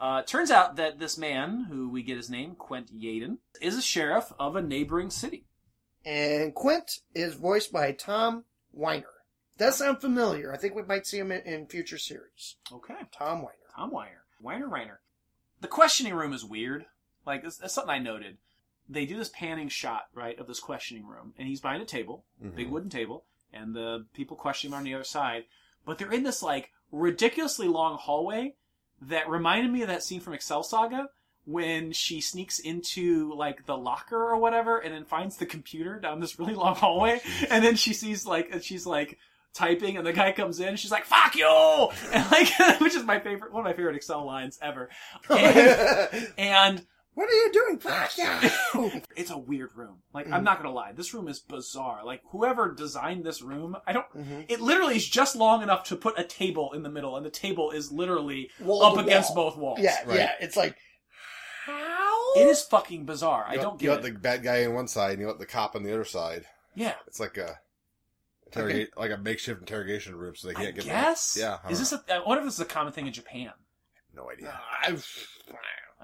Speaker 4: Uh, turns out that this man, who we get his name, Quint Yaden, is a sheriff of a neighboring city.
Speaker 2: and Quint is voiced by Tom Weiner. That sounds familiar. I think we might see him in, in future series.
Speaker 4: Okay.
Speaker 2: Tom Weiner.
Speaker 4: Tom Weiner. Weiner Reiner. The questioning room is weird. Like, that's, that's something I noted. They do this panning shot, right, of this questioning room, and he's behind a table, big
Speaker 3: Mhm.
Speaker 4: wooden table, and the people questioning him are on the other side. But they're in this, like, ridiculously long hallway that reminded me of that scene from Excel Saga when she sneaks into, like, the locker or whatever and then finds the computer down this really long hallway, and then she sees, like, and she's like, typing and the guy comes in and she's like fuck you and like which is my favorite one of my favorite excel lines ever and, and
Speaker 2: What are you doing? Fuck you!
Speaker 4: it's a weird room like i'm not gonna lie this room is bizarre like whoever designed this room i don't it literally is just long enough to put a table in the middle and the table is literally
Speaker 2: Wall
Speaker 4: up
Speaker 2: to
Speaker 4: against
Speaker 2: wall.
Speaker 4: both walls
Speaker 2: yeah,
Speaker 3: Right.
Speaker 2: yeah. It's like how?
Speaker 4: it is fucking bizarre i
Speaker 3: You let-
Speaker 4: don't
Speaker 3: You
Speaker 4: get
Speaker 3: let
Speaker 4: it
Speaker 3: the bad guy on one side, and you let the cop on the other side.
Speaker 4: yeah
Speaker 3: It's like a interrogate, like a makeshift interrogation room, so they
Speaker 4: i
Speaker 3: can't get.
Speaker 4: guess
Speaker 3: Yeah. I
Speaker 4: is
Speaker 3: don't
Speaker 4: this a, i wonder if this is a common thing in japan
Speaker 3: know. No idea.
Speaker 2: I've-
Speaker 4: all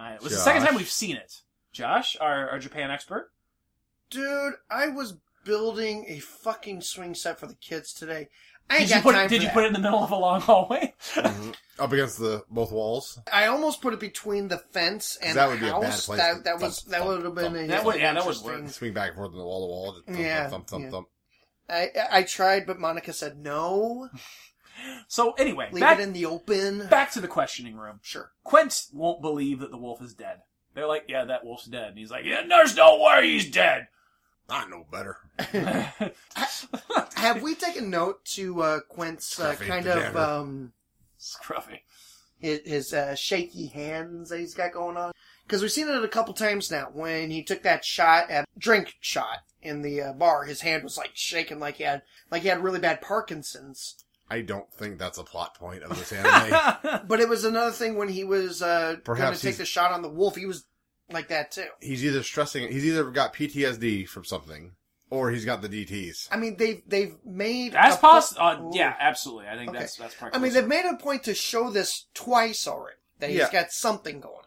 Speaker 4: right it was the second
Speaker 3: Josh.
Speaker 4: time we've seen it josh our, our japan expert
Speaker 2: Dude, I was building a fucking swing set for the kids today. I ain't
Speaker 4: did you
Speaker 2: got
Speaker 4: put
Speaker 2: time
Speaker 4: it, did
Speaker 2: for
Speaker 4: you
Speaker 2: that.
Speaker 4: put it in the middle of a long hallway
Speaker 3: Mhm.
Speaker 4: Ah.
Speaker 3: Up against the both walls.
Speaker 2: I almost put it between the fence and
Speaker 3: That
Speaker 2: the
Speaker 3: would be a
Speaker 2: house.
Speaker 3: bad place
Speaker 2: That,
Speaker 3: to
Speaker 2: that was
Speaker 3: thump,
Speaker 2: that
Speaker 3: thump,
Speaker 2: would have been
Speaker 3: thump.
Speaker 2: a
Speaker 4: That would- yeah, that would work.
Speaker 2: interesting-
Speaker 3: Swing back and forth from the wall to wall. Just thump,
Speaker 2: Yeah,
Speaker 3: Thump, thump,
Speaker 2: yeah.
Speaker 3: thump,
Speaker 2: I I tried, but Monica said no.
Speaker 4: so anyway
Speaker 2: Leave
Speaker 4: back,
Speaker 2: it in the open.
Speaker 4: back to the questioning room
Speaker 2: Sure.
Speaker 4: Quint won't believe that the wolf is dead. They're like, yeah, that wolf's dead. And he's like, yeah, there's no way he's dead.
Speaker 3: I know better.
Speaker 2: Have we taken note to uh, Quint's uh,
Speaker 3: Scruffy
Speaker 2: kind
Speaker 3: beginner.
Speaker 2: of um,
Speaker 4: Scruffy.
Speaker 2: his, his uh, shaky hands that he's got going on? Because we've seen it a couple times now. When he took that shot at drink shot in the uh, bar, his hand was like shaking, like he had like he had really bad Parkinson's.
Speaker 3: I don't think that's a plot point of this anime.
Speaker 2: But it was another thing when he was uh, going
Speaker 3: Perhaps
Speaker 2: to take
Speaker 3: he's-
Speaker 2: the shot on the wolf. He was like that too.
Speaker 3: he's either stressing. He's either got PTSD from something, or he's got the DTS.
Speaker 2: I mean, they've they've made
Speaker 4: that's
Speaker 2: a po-
Speaker 4: possible. Uh, yeah, absolutely. I think
Speaker 2: Okay.
Speaker 4: that's that's part.
Speaker 2: I mean, they've made a point to show this twice already that he's
Speaker 3: Yeah.
Speaker 2: got something going on.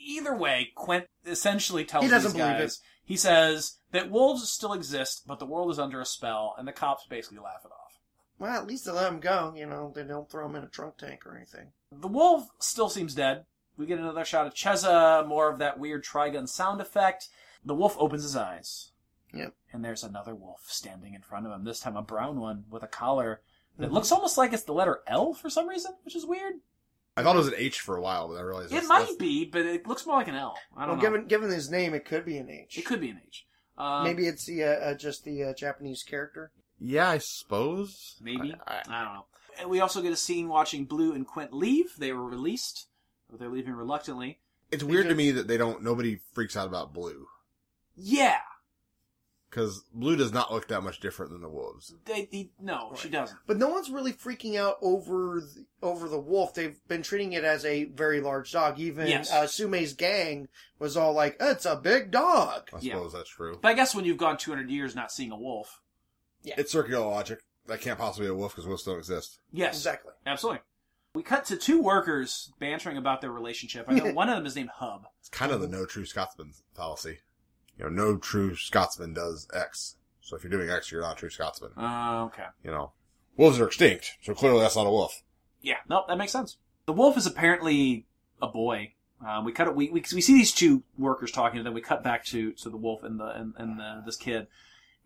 Speaker 4: either way, Quint essentially tells
Speaker 2: He doesn't
Speaker 4: these
Speaker 2: believe
Speaker 4: guys. He says that wolves still exist, but the world is under a spell, and the cops basically laugh it off.
Speaker 2: Well, at least they let him go. You know, they don't throw him in a drunk tank or anything.
Speaker 4: The wolf still seems dead. We get another shot of Cheza, more of that weird trigun sound effect. The wolf opens his eyes.
Speaker 2: Yep.
Speaker 4: And there's another wolf standing in front of him, this time a brown one with a collar that
Speaker 2: Mm-hmm.
Speaker 4: looks almost like it's the letter L for some reason, which is weird.
Speaker 3: I thought it was an H for a while, but I realized
Speaker 4: It
Speaker 3: that's-
Speaker 4: might
Speaker 3: that's-
Speaker 4: be, but it looks more like an L. I
Speaker 2: Well,
Speaker 4: don't know.
Speaker 2: given given his name, it could be an H.
Speaker 4: It could be an H. Um,
Speaker 2: Maybe it's the uh, uh, just the uh, Japanese character.
Speaker 3: Yeah, I suppose.
Speaker 4: Maybe.
Speaker 3: I, I-
Speaker 4: I don't know. And we also get a scene watching Blue and Quint leave. They were released. They're leaving reluctantly.
Speaker 3: it's weird to
Speaker 2: just-
Speaker 3: me that they don't. Nobody freaks out about Blue
Speaker 4: Yeah.
Speaker 3: because Blue does not look that much different than the wolves.
Speaker 4: They, he, no, she
Speaker 2: Right.
Speaker 4: doesn't.
Speaker 2: But no one's really freaking out over the, over the wolf. They've been treating it as a very large dog. Even
Speaker 4: Yes.
Speaker 2: uh, Sume's gang was all like, "It's a big dog."
Speaker 3: I
Speaker 4: Yeah.
Speaker 3: suppose that's true.
Speaker 4: But I guess when you've gone 200 years not seeing a wolf.
Speaker 3: It's circular logic. That can't possibly be a wolf because wolves don't exist.
Speaker 4: Yes.
Speaker 2: Exactly.
Speaker 4: Absolutely. We cut to two workers bantering about their relationship. I know one of them is named Hub.
Speaker 3: It's kind of the no true Scotsman fallacy. You know, no true Scotsman does X. So if you're doing X, you're not a true Scotsman.
Speaker 4: Uh, okay.
Speaker 3: You know, wolves are extinct, so clearly that's not a wolf.
Speaker 4: Yeah. Nope, that makes sense. The wolf is apparently a boy. Um, we cut it. We, we we see these two workers talking, and then we cut back to to the wolf and the and, and the, this kid,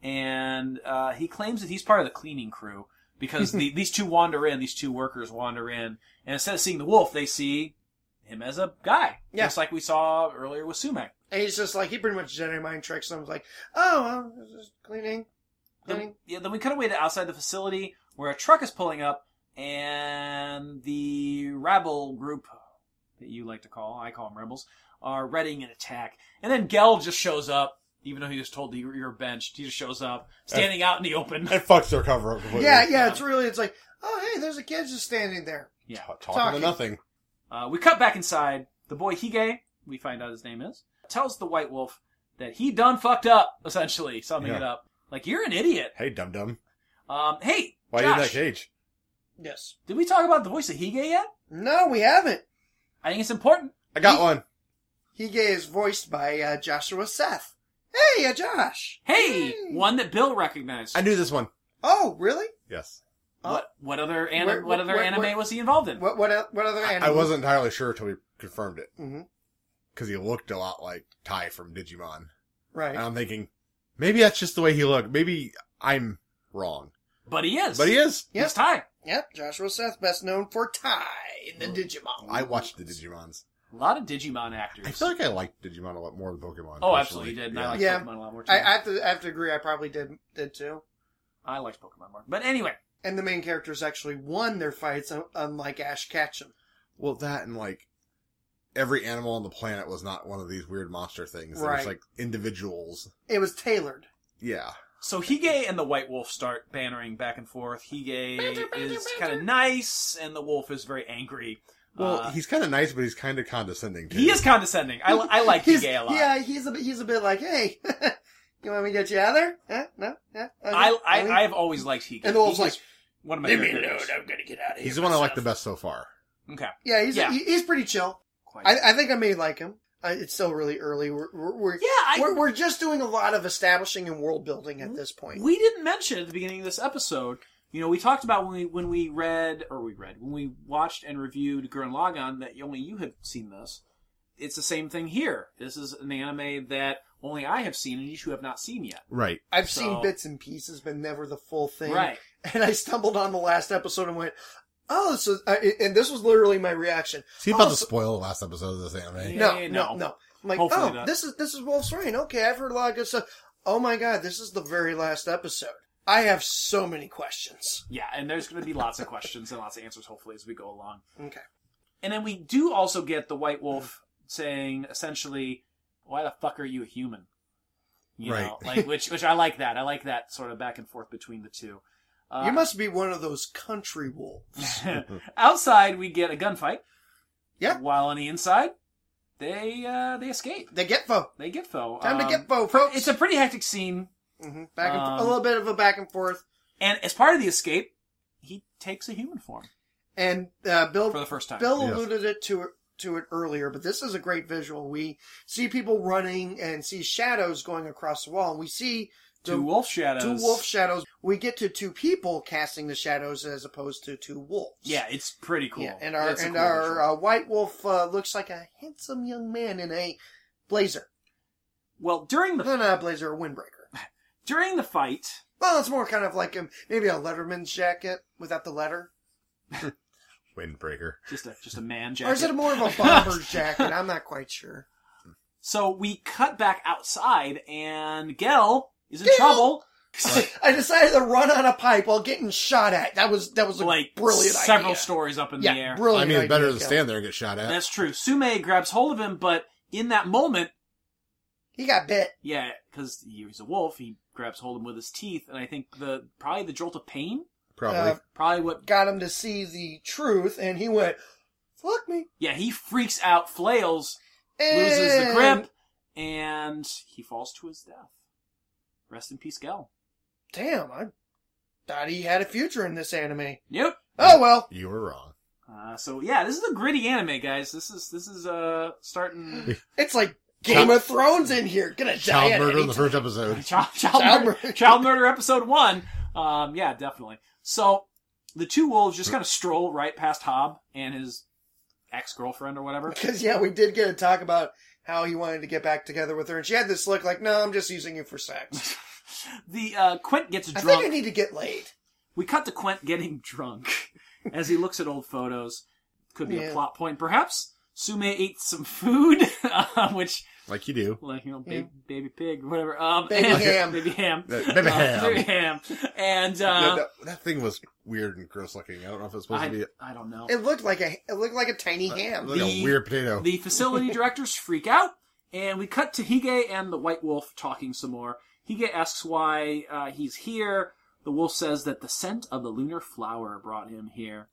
Speaker 4: and uh, he claims that he's part of the cleaning crew because the, these two wander in. These two workers wander in, and instead of seeing the wolf, they see him as a guy,
Speaker 2: Yeah.
Speaker 4: just like we saw earlier with Sumac.
Speaker 2: And he's just like he pretty much Jedi mind tricks them. Like, oh, well, just cleaning, cleaning.
Speaker 4: Then, yeah, then we cut away to outside the facility where a truck is pulling up, and the rebel group that you like to call, I call them rebels, are readying an attack. And then Gel just shows up even though he was told that you- you're benched, he just shows up, standing out in the open.
Speaker 3: It fucks their cover up completely.
Speaker 2: Yeah, yeah, it's really, it's like, oh, hey, there's a kid just standing there.
Speaker 4: Yeah.
Speaker 3: Ta- Talking,
Speaker 2: Talking.
Speaker 3: to nothing.
Speaker 4: Uh, we cut back inside. The boy Hige, we find out his name is, tells the White Wolf that he done fucked up, essentially, summing it
Speaker 3: Yeah.
Speaker 4: up. Like, you're an idiot.
Speaker 3: Hey, dum dum.
Speaker 4: Um, hey,
Speaker 3: Why are you in that
Speaker 4: Josh,
Speaker 3: cage?
Speaker 2: Yes.
Speaker 4: did we talk about the voice of Hige yet?
Speaker 2: No, we haven't.
Speaker 4: I think it's important.
Speaker 3: I got one.
Speaker 2: Hige is voiced by uh, Joshua Seth. Hey, uh, Josh.
Speaker 4: Hey,
Speaker 2: Hey.
Speaker 4: one that Bill recognized.
Speaker 3: I knew this one.
Speaker 2: Oh, really?
Speaker 3: Yes.
Speaker 4: What, what other anime?
Speaker 2: Where-
Speaker 4: what other
Speaker 2: where-
Speaker 4: anime
Speaker 2: where-
Speaker 4: was he involved in?
Speaker 2: What what el- what other
Speaker 3: I,
Speaker 2: anime?
Speaker 3: I wasn't entirely sure until we confirmed it
Speaker 2: hmm
Speaker 3: because he looked a lot like Ty from Digimon.
Speaker 2: Right.
Speaker 3: And I'm thinking, maybe that's just the way he looked. Maybe I'm wrong.
Speaker 4: but he is.
Speaker 3: But he is.
Speaker 4: He's Ty.
Speaker 2: yep. Joshua Seth, best known for Ty in the Digimon.
Speaker 3: uh, I watched the Digimons.
Speaker 4: A lot of Digimon actors.
Speaker 3: I feel like I liked Digimon a lot more than Pokemon.
Speaker 4: oh,
Speaker 3: personally.
Speaker 4: absolutely did. And I liked
Speaker 2: Yeah.
Speaker 4: Pokemon a lot more too.
Speaker 2: I, I have to I have to agree. I probably did did too.
Speaker 4: I liked Pokemon more. But anyway,
Speaker 2: And the main characters actually won their fights, un- unlike Ash Ketchum.
Speaker 3: Well, that and like every animal on the planet was not one of these weird monster things. It
Speaker 2: Right.
Speaker 3: was like individuals.
Speaker 2: It was tailored.
Speaker 3: Yeah.
Speaker 4: So Hige and the White Wolf start bantering back and forth. Hige is kind of nice, and the wolf is very angry.
Speaker 3: Well,
Speaker 4: Uh,
Speaker 3: he's kind of nice, but he's kind of condescending too.
Speaker 4: he is condescending. I, li- I like
Speaker 2: He's-
Speaker 4: Hige a lot.
Speaker 2: Yeah, he's a bit he's a bit like, hey, you want me to get you out of there? Huh? No, yeah. okay,
Speaker 4: I,
Speaker 2: okay."
Speaker 4: I I've always liked Hige.
Speaker 2: And the wolf's
Speaker 4: Hige's
Speaker 2: like,
Speaker 4: one of my
Speaker 2: leave me
Speaker 4: favorite
Speaker 2: alone.
Speaker 4: characters.
Speaker 2: I'm gonna get out of here.
Speaker 3: He's the one I like the best so far.
Speaker 4: Okay,
Speaker 2: Yeah, he's
Speaker 4: Yeah.
Speaker 2: he- he's pretty chill.
Speaker 4: quite.
Speaker 2: I, I think I may like him. I, it's still really early. We're we're, we're,
Speaker 4: yeah, I,
Speaker 2: we're we're just doing a lot of establishing and world building at this point.
Speaker 4: We didn't mention at the beginning of this episode. You know, we talked about when we when we read or we read when we watched and reviewed Gurren Lagann that only you had seen this. It's the same thing here. This is an anime that only I have seen and you two have not seen yet.
Speaker 3: Right.
Speaker 2: I've
Speaker 4: So-
Speaker 2: seen bits and pieces, but never the full thing.
Speaker 4: Right.
Speaker 2: And I stumbled on the last episode and went, "Oh, so." I, and this was literally my reaction.
Speaker 3: See about
Speaker 2: Oh,
Speaker 3: to
Speaker 2: so-
Speaker 3: spoil the last episode of this anime.
Speaker 4: Yeah.
Speaker 2: no, no,
Speaker 4: no.
Speaker 2: no. I'm like,
Speaker 4: Hopefully
Speaker 2: oh,
Speaker 4: not.
Speaker 2: this is this is Wolf's Rain. Okay, I've heard a lot of good stuff. Oh my god, this is the very last episode. I have so many questions.
Speaker 4: Yeah, and there's going to be lots of questions and lots of answers, hopefully, as we go along.
Speaker 2: Okay.
Speaker 4: And then we do also get the White Wolf saying essentially, "Why the fuck are you a human?" You know,
Speaker 3: Right.
Speaker 4: like which which I like that. I like that sort of back and forth between the two. Uh,
Speaker 2: you must be one of those country wolves.
Speaker 4: outside, we get a gunfight.
Speaker 2: Yeah.
Speaker 4: While on the inside, they uh, they escape.
Speaker 2: the Getfo.
Speaker 4: They get though.
Speaker 2: Time to get fo, folks.
Speaker 4: Um, It's a pretty hectic scene,
Speaker 2: hmm back and
Speaker 4: um,
Speaker 2: fo- a little bit of a back and forth.
Speaker 4: and as part of the escape, he takes a human form
Speaker 2: And uh, Bill
Speaker 4: for the first time.
Speaker 2: Bill
Speaker 3: Yes.
Speaker 2: alluded it to to it earlier, but this is a great visual. We see people running and see shadows going across the wall, and we see the
Speaker 4: two wolf shadows.
Speaker 2: two wolf shadows. We get to two people casting the shadows as opposed to two wolves.
Speaker 4: Yeah, it's pretty cool.
Speaker 2: Yeah, and our
Speaker 4: It's a
Speaker 2: and
Speaker 4: cool
Speaker 2: our
Speaker 4: visual.
Speaker 2: uh, white wolf uh, looks like a handsome young man in a blazer.
Speaker 4: well during the
Speaker 2: No, not a blazer, a windbreaker.
Speaker 4: during the fight,
Speaker 2: Well, it's more kind of like a, maybe a Letterman's jacket without the letter,
Speaker 3: Windbreaker.
Speaker 4: just a just a man
Speaker 2: or is it
Speaker 4: jacket.
Speaker 2: more of a bomber's jacket? I'm not quite sure.
Speaker 4: so we cut back outside, and Gel is in
Speaker 2: Gel!
Speaker 4: trouble.
Speaker 2: I decided to run on a pipe while getting shot at. That was that was a
Speaker 4: Like
Speaker 2: brilliant
Speaker 4: several
Speaker 2: idea.
Speaker 4: stories up in
Speaker 2: yeah,
Speaker 4: the air.
Speaker 2: brilliant.
Speaker 3: I mean, it's better
Speaker 2: idea,
Speaker 3: than
Speaker 2: Kel.
Speaker 3: stand there and get shot at.
Speaker 4: That's true. Sume grabs hold of him, but in that moment,
Speaker 2: He got bit.
Speaker 4: yeah, because he's a wolf, he grabs hold of him with his teeth, and I think the probably the jolt of pain,
Speaker 3: Probably.
Speaker 2: Uh,
Speaker 4: probably what.
Speaker 2: Got him to see the truth, and he went, "Fuck me."
Speaker 4: Yeah, he freaks out, flails,
Speaker 2: And
Speaker 4: loses the grip, and he falls to his death. Rest in peace, Gel.
Speaker 2: Damn, I thought he had a future in this anime.
Speaker 4: Yep.
Speaker 2: Oh well.
Speaker 3: you were wrong.
Speaker 4: Uh, so yeah, this is a gritty anime, guys. This is this is uh starting
Speaker 2: It's like Game
Speaker 3: Child-
Speaker 2: of Thrones in here. Gonna die
Speaker 3: Child
Speaker 2: at
Speaker 3: murder
Speaker 2: any
Speaker 3: in the
Speaker 2: time.
Speaker 3: first episode.
Speaker 4: child, child,
Speaker 2: Child
Speaker 4: murder,
Speaker 2: murder.
Speaker 4: child murder episode one. Um, yeah, definitely. So the two wolves just kind of stroll right past Hob and his ex girlfriend or whatever.
Speaker 2: Because yeah, we did get to talk about how he wanted to get back together with her, and she had this look like, "No, I'm just using you for sex."
Speaker 4: The uh, Quint gets
Speaker 2: I
Speaker 4: drunk.
Speaker 2: think I need to get laid.
Speaker 4: We cut to Quint getting drunk as he looks at old photos. Could be
Speaker 2: Yeah.
Speaker 4: a plot point, perhaps. Sume ate some food, uh, which
Speaker 3: Like you do.
Speaker 4: like you know,
Speaker 2: Yeah.
Speaker 4: baby, baby pig, whatever. Um,
Speaker 2: Baby
Speaker 4: and-
Speaker 2: ham.
Speaker 4: baby ham,
Speaker 3: That- baby
Speaker 4: Uh,
Speaker 3: ham.
Speaker 4: baby ham, and
Speaker 3: That-
Speaker 4: uh,
Speaker 3: that, that thing was weird and gross looking. I don't know if it's supposed to
Speaker 4: I,
Speaker 3: be
Speaker 4: I don't know.
Speaker 2: It looked like a it looked like a tiny ham.
Speaker 3: like
Speaker 4: The-
Speaker 3: a weird potato.
Speaker 4: The facility directors freak out, And we cut to Hige and the White Wolf talking some more. Hige asks why uh, he's here. The wolf says that the scent of the lunar flower brought him here,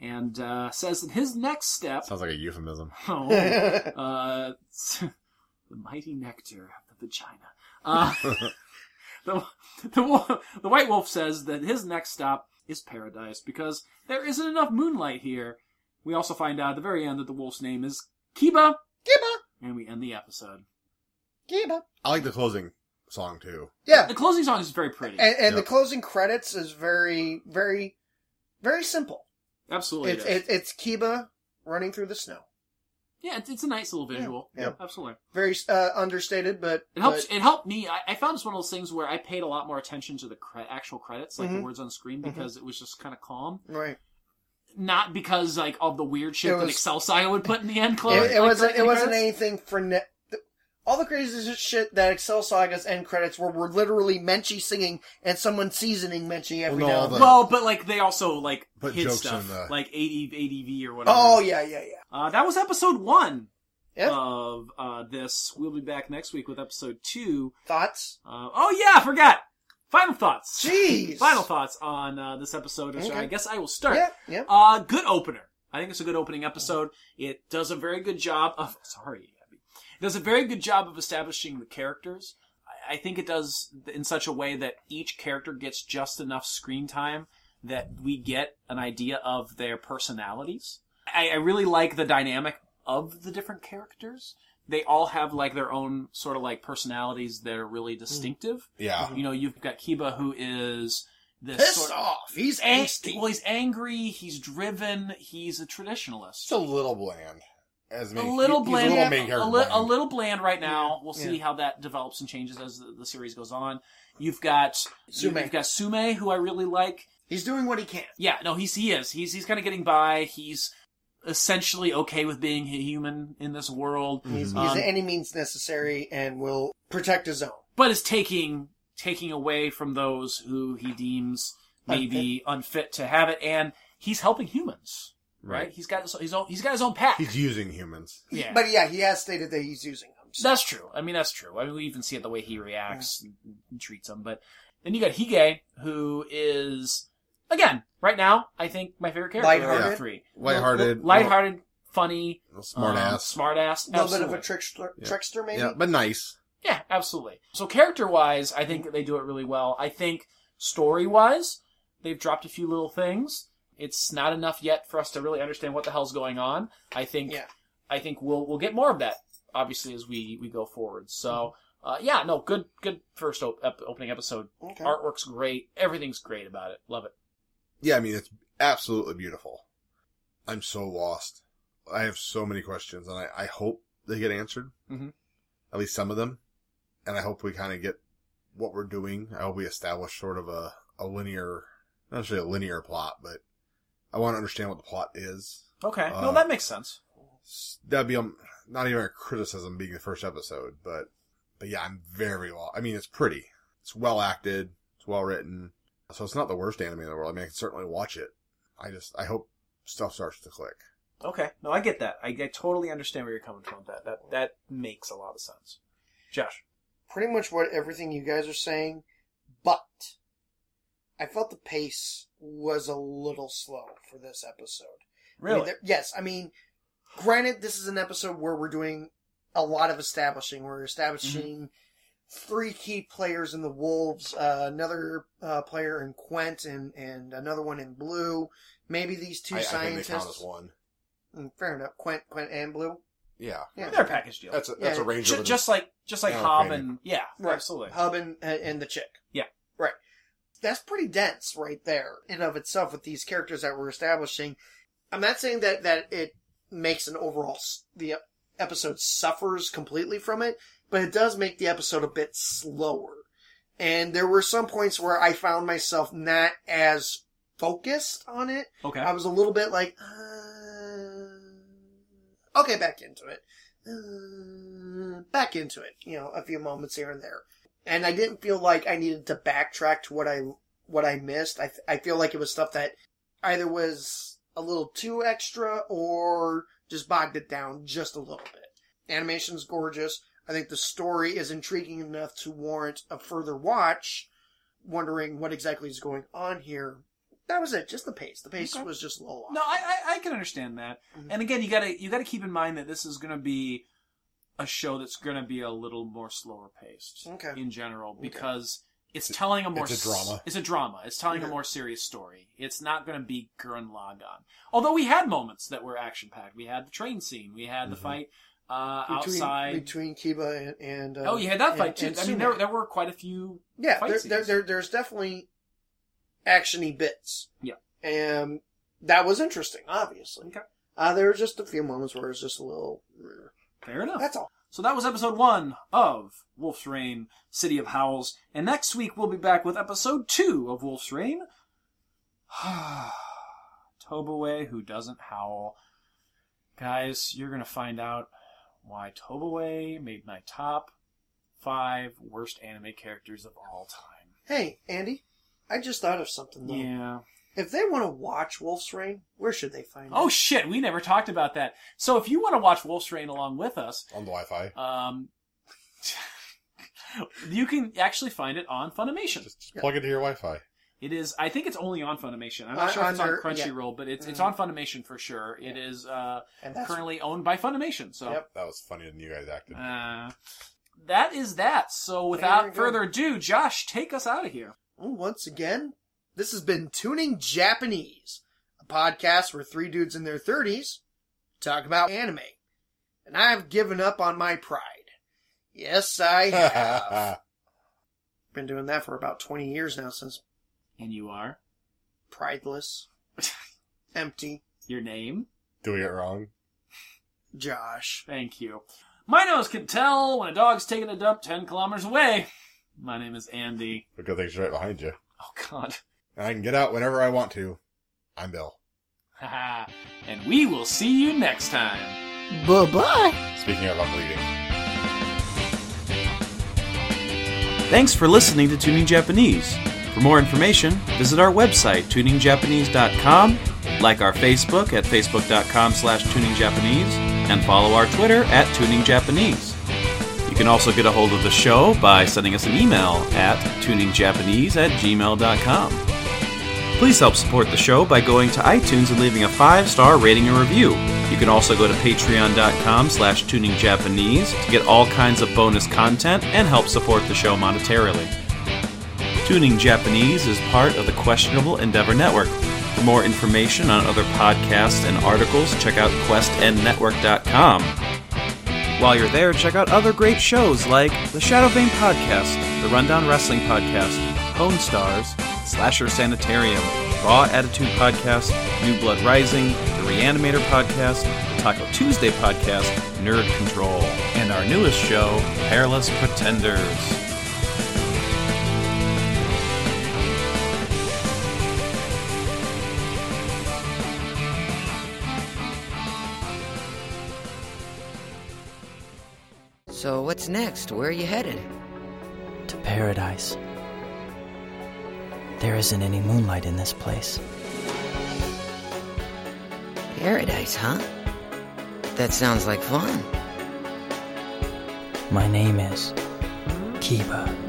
Speaker 4: and uh, says that his next step.
Speaker 3: Sounds like a euphemism.
Speaker 4: Oh, uh, the mighty nectar of the vagina. Uh, the, the, wo- the white wolf says that his next stop is paradise because there isn't enough moonlight here. We also find out at the very end that the wolf's name is Kiba,
Speaker 2: Giba,
Speaker 4: and we end the episode.
Speaker 2: Giba.
Speaker 3: I like the closing song too.
Speaker 2: Yeah,
Speaker 4: The closing song is very pretty.
Speaker 2: and, and the
Speaker 3: Yep.
Speaker 2: closing credits is very, very, very simple.
Speaker 4: Absolutely.
Speaker 2: It's
Speaker 4: it is.
Speaker 2: it, it's Kiba running through the snow.
Speaker 4: yeah, it's, it's a nice little visual.
Speaker 2: Yep.
Speaker 4: Absolutely.
Speaker 2: Very uh, understated, but
Speaker 4: It helps.
Speaker 2: but-
Speaker 4: It helped me. I, I found it's one of those things where I paid a lot more attention to the cre- actual credits, like the
Speaker 2: Mhm.
Speaker 4: words on screen, because it was just kind of calm.
Speaker 2: right.
Speaker 4: Not because like of the weird shit
Speaker 2: It
Speaker 4: that
Speaker 2: was-
Speaker 4: Excel sign would put in the end. Close.
Speaker 2: It, it
Speaker 4: like,
Speaker 2: wasn't.
Speaker 4: during
Speaker 2: It
Speaker 4: the
Speaker 2: wasn't
Speaker 4: credits.
Speaker 2: anything for ne- th- all the crazy shit that Excel Saga's end credits were. Were literally Menchie singing and someone seasoning Menchie every
Speaker 3: Well, no,
Speaker 2: now
Speaker 3: all
Speaker 2: and
Speaker 3: the-
Speaker 2: then.
Speaker 4: Well, but like they also like
Speaker 3: Put
Speaker 4: hid
Speaker 3: jokes
Speaker 4: stuff
Speaker 3: in the-
Speaker 4: like AD, ADV or whatever.
Speaker 2: oh yeah, yeah, yeah.
Speaker 4: Uh, that was episode one
Speaker 2: Yeah.
Speaker 4: of uh, this. We'll be back next week with episode two.
Speaker 2: Thoughts?
Speaker 4: Uh, oh yeah, I forgot. Final thoughts.
Speaker 2: Jeez.
Speaker 4: Final thoughts on uh, this episode. So
Speaker 2: Okay.
Speaker 4: I guess I will start.
Speaker 2: Yeah, yeah.
Speaker 4: Uh, good opener. I think it's a good opening episode. It does a very good job of, sorry, Abby. It does a very good job of establishing the characters. I, I think it does in such a way that each character gets just enough screen time that we get an idea of their personalities. I, I really like the dynamic of the different characters. They all have like their own sort of like personalities that are really distinctive.
Speaker 3: Yeah.
Speaker 4: You know, you've got Kiba who is this
Speaker 2: Pissed
Speaker 4: sort-
Speaker 2: off. He's
Speaker 4: ang-
Speaker 2: angsty.
Speaker 4: well, he's angry. He's driven. He's a traditionalist.
Speaker 3: Just a little bland. As
Speaker 4: a
Speaker 3: main,
Speaker 4: little
Speaker 3: he's
Speaker 4: bland,
Speaker 3: A little main character.
Speaker 4: a, li-
Speaker 3: bland.
Speaker 4: a little bland right now. We'll see
Speaker 2: Yeah.
Speaker 4: how that develops and changes as the, the series goes on. You've got
Speaker 2: Sume.
Speaker 4: You've got Sume, who I really like.
Speaker 2: he's doing what he can.
Speaker 4: Yeah, no, he's he is. He's he's kind of getting by. He's essentially okay with being a human in this world,
Speaker 2: He's,
Speaker 4: Um,
Speaker 2: he's at any means necessary and will protect his own.
Speaker 4: but is taking taking away from those who he deems maybe unfit to have it, and he's helping humans. Right. He's got his his own. He's got his own pack.
Speaker 3: He's using humans.
Speaker 4: yeah.
Speaker 2: But yeah, he has stated that he's using them. So.
Speaker 4: That's true. I mean, that's true. I mean, we even see it the way he reacts and, and treats him. But then you got Hige, who is again right now. I think my favorite character out of the
Speaker 2: Lighthearted?
Speaker 4: three.
Speaker 3: Lighthearted. Um,
Speaker 4: lighthearted, funny,
Speaker 3: Smart ass.
Speaker 4: Um, smart ass,
Speaker 2: A little bit of a
Speaker 4: absolutely.
Speaker 2: trickster,
Speaker 3: Yeah.
Speaker 2: trickster maybe.
Speaker 3: Yeah, but nice.
Speaker 4: Yeah, absolutely. So character wise, I think that they do it really well. I think story wise, they've dropped a few little things. It's not enough yet for us to really understand what the hell's going on. I think
Speaker 2: Yeah.
Speaker 4: I think we'll we'll get more of that obviously as we we go forward. So uh, yeah, no, good good first op- ep- opening episode.
Speaker 2: Mm-hmm. Okay.
Speaker 4: Artwork's great. Everything's great about it. Love it.
Speaker 3: Yeah, I mean, it's absolutely beautiful. I'm so lost. I have so many questions, and I, I hope they get answered.
Speaker 4: Mhm.
Speaker 3: At least some of them. And I hope we kind of get what we're doing. I hope we establish sort of a, a linear, not necessarily a linear plot, but I want to understand what the plot is.
Speaker 4: Okay,
Speaker 3: Uh,
Speaker 4: no, that makes sense.
Speaker 3: S- That'd be um, not even a criticism being the first episode, but, but yeah, I'm very lost. I mean, it's pretty. It's well acted. It's well written. So it's not the worst anime in the world. I mean, I can certainly watch it. I just, I hope stuff starts to click.
Speaker 4: Okay, no, I get that. I, I totally understand where you're coming from. with That that that makes a lot of sense. Josh.
Speaker 2: pretty much what everything you guys are saying, but I felt the pace was a little slow for this episode. I mean,
Speaker 4: Really?
Speaker 2: there- yes, I mean, granted, this is an episode where we're doing a lot of establishing. We're establishing three key players in the Wolves, uh, another uh, player in Quent, and, and another one in Blue. Maybe these two
Speaker 3: I, I think
Speaker 2: scientists.
Speaker 3: they count as one.
Speaker 2: Mm, Fair enough. Quent, Quent, and Blue.
Speaker 3: Yeah.
Speaker 2: Yeah.
Speaker 4: They're a package deal.
Speaker 3: That's a, that's
Speaker 2: Yeah.
Speaker 3: a ranger.
Speaker 4: Ju-
Speaker 3: with a-
Speaker 4: just like just like
Speaker 3: Yeah,
Speaker 4: Hob
Speaker 3: Brandon.
Speaker 4: and yeah,
Speaker 2: Right.
Speaker 4: absolutely.
Speaker 2: Hub and and and the chick.
Speaker 4: Yeah.
Speaker 2: Right. That's pretty dense right there in of itself with these characters that we're establishing. I'm not saying that that it makes an overall s- the ep- episode suffers completely from it, but it does make the episode a bit slower. And there were some points where I found myself not as focused on it.
Speaker 4: Okay.
Speaker 2: I was a little bit like, uh, okay, back into it. Uh, back into it, you know, a few moments here and there. And I didn't feel like I needed to backtrack to what I, what I missed. I, th- I feel like it was stuff that either was a little too extra or just bogged it down just a little bit. Animation's gorgeous. I think the story is intriguing enough to warrant a further watch, wondering what exactly is going on here. That was it. Just the pace. The pace
Speaker 4: Okay.
Speaker 2: was just a little off.
Speaker 4: No, I, I, I can understand that.
Speaker 2: Mhm.
Speaker 4: And again, you gotta you gotta keep in mind that this is gonna be a show that's gonna be a little more slower paced
Speaker 2: Okay.
Speaker 4: in general
Speaker 2: Okay.
Speaker 4: because it's telling a more
Speaker 3: it's a
Speaker 4: s-
Speaker 3: drama.
Speaker 4: It's a drama. It's telling a
Speaker 2: Yeah.
Speaker 4: more serious story. It's not gonna be Gurren Lagann. Although we had moments that were action packed. We had the train scene. We had the
Speaker 3: Mhm.
Speaker 4: fight uh,
Speaker 2: between,
Speaker 4: outside.
Speaker 2: between Kiba and, and uh,
Speaker 4: oh, you had that
Speaker 2: and-
Speaker 4: fight too.
Speaker 2: and
Speaker 4: I mean,
Speaker 2: Tsunade.
Speaker 4: there there were quite a few.
Speaker 2: Yeah,
Speaker 4: fight
Speaker 2: there,
Speaker 4: scenes.
Speaker 2: there, there, there's definitely actiony bits.
Speaker 4: Yeah.
Speaker 2: and that was interesting. Obviously,
Speaker 4: Okay.
Speaker 2: uh, there were just a few moments where it's just a little.
Speaker 4: Fair enough.
Speaker 2: That's all.
Speaker 4: So that was episode one of Wolf's Rain, City of Howls. And next week we'll be back with episode two of Wolf's Rain. Toboe who doesn't howl. Guys, you're gonna find out why Toboe made my top five worst anime characters of all time.
Speaker 2: Hey, Andy, I just thought of something though.
Speaker 4: Yeah.
Speaker 2: If they want to watch Wolf's Rain, where should they find
Speaker 4: Oh
Speaker 2: it?
Speaker 4: shit, we never talked about that. So if you want to watch Wolf's Rain along with us,
Speaker 3: on the Wi-Fi.
Speaker 4: um, you can actually find it on Funimation.
Speaker 3: Just, just plug into your Wi-Fi.
Speaker 4: It is. I think it's only on Funimation. I'm not
Speaker 2: Uh,
Speaker 4: sure if it's on
Speaker 2: under-
Speaker 4: Crunchyroll, but it's it's
Speaker 2: Mhm.
Speaker 4: on Funimation for sure. It is uh,
Speaker 2: and that's
Speaker 4: currently owned by Funimation. So
Speaker 2: Yep.
Speaker 3: That was funnier than you guys acted.
Speaker 4: uh, that is that. So
Speaker 2: we
Speaker 4: without
Speaker 2: go.
Speaker 4: further ado, Josh, take us out of here.
Speaker 2: Well, once again, this has been Tuning Japanese, a podcast where three dudes in their 30s talk about anime. And I've given up on my pride. Yes, I have. Been doing that for about 20 years now since
Speaker 4: And you are
Speaker 2: Prideless, Empty,
Speaker 4: your name.
Speaker 3: Doing it wrong.
Speaker 2: Josh.
Speaker 4: Thank you. My nose can tell when a dog's taking a dump ten kilometers away. My name is Andy.
Speaker 3: The good thing's right behind you.
Speaker 4: Oh God.
Speaker 3: And I can get out whenever I want to. I'm Bill.
Speaker 4: and we will see you next time.
Speaker 2: Bye bye.
Speaker 3: Speaking of, I'm bleeding.
Speaker 1: Thanks for listening to Tuning Japanese. For more information, visit our website, tuningjapanese.com, like our Facebook at facebook.com slash tuningjapanese, and follow our Twitter at tuningjapanese. You can also get a hold of the show by sending us an email at tuningjapanese at gmail.com. Please help support the show by going to iTunes and leaving a five-star rating and review. You can also go to patreon.com slash tuningjapanese to get all kinds of bonus content and help support the show monetarily. Tuning Japanese is part of the Questionable Endeavor Network. For more information on other podcasts and articles, check out questnetwork.com. While you're there, check out other great shows like the Shadow Vane Podcast, the Rundown Wrestling Podcast, Home Stars, Slasher Sanitarium, Raw Attitude Podcast, New Blood Rising, the Reanimator Podcast, the Taco Tuesday Podcast, Nerd Control, and our newest show, Hairless Pretenders.
Speaker 6: So what's next? Where are you headed?
Speaker 7: to paradise. There isn't any moonlight in this place.
Speaker 6: Paradise, huh? That sounds like fun.
Speaker 7: My name is Kiba.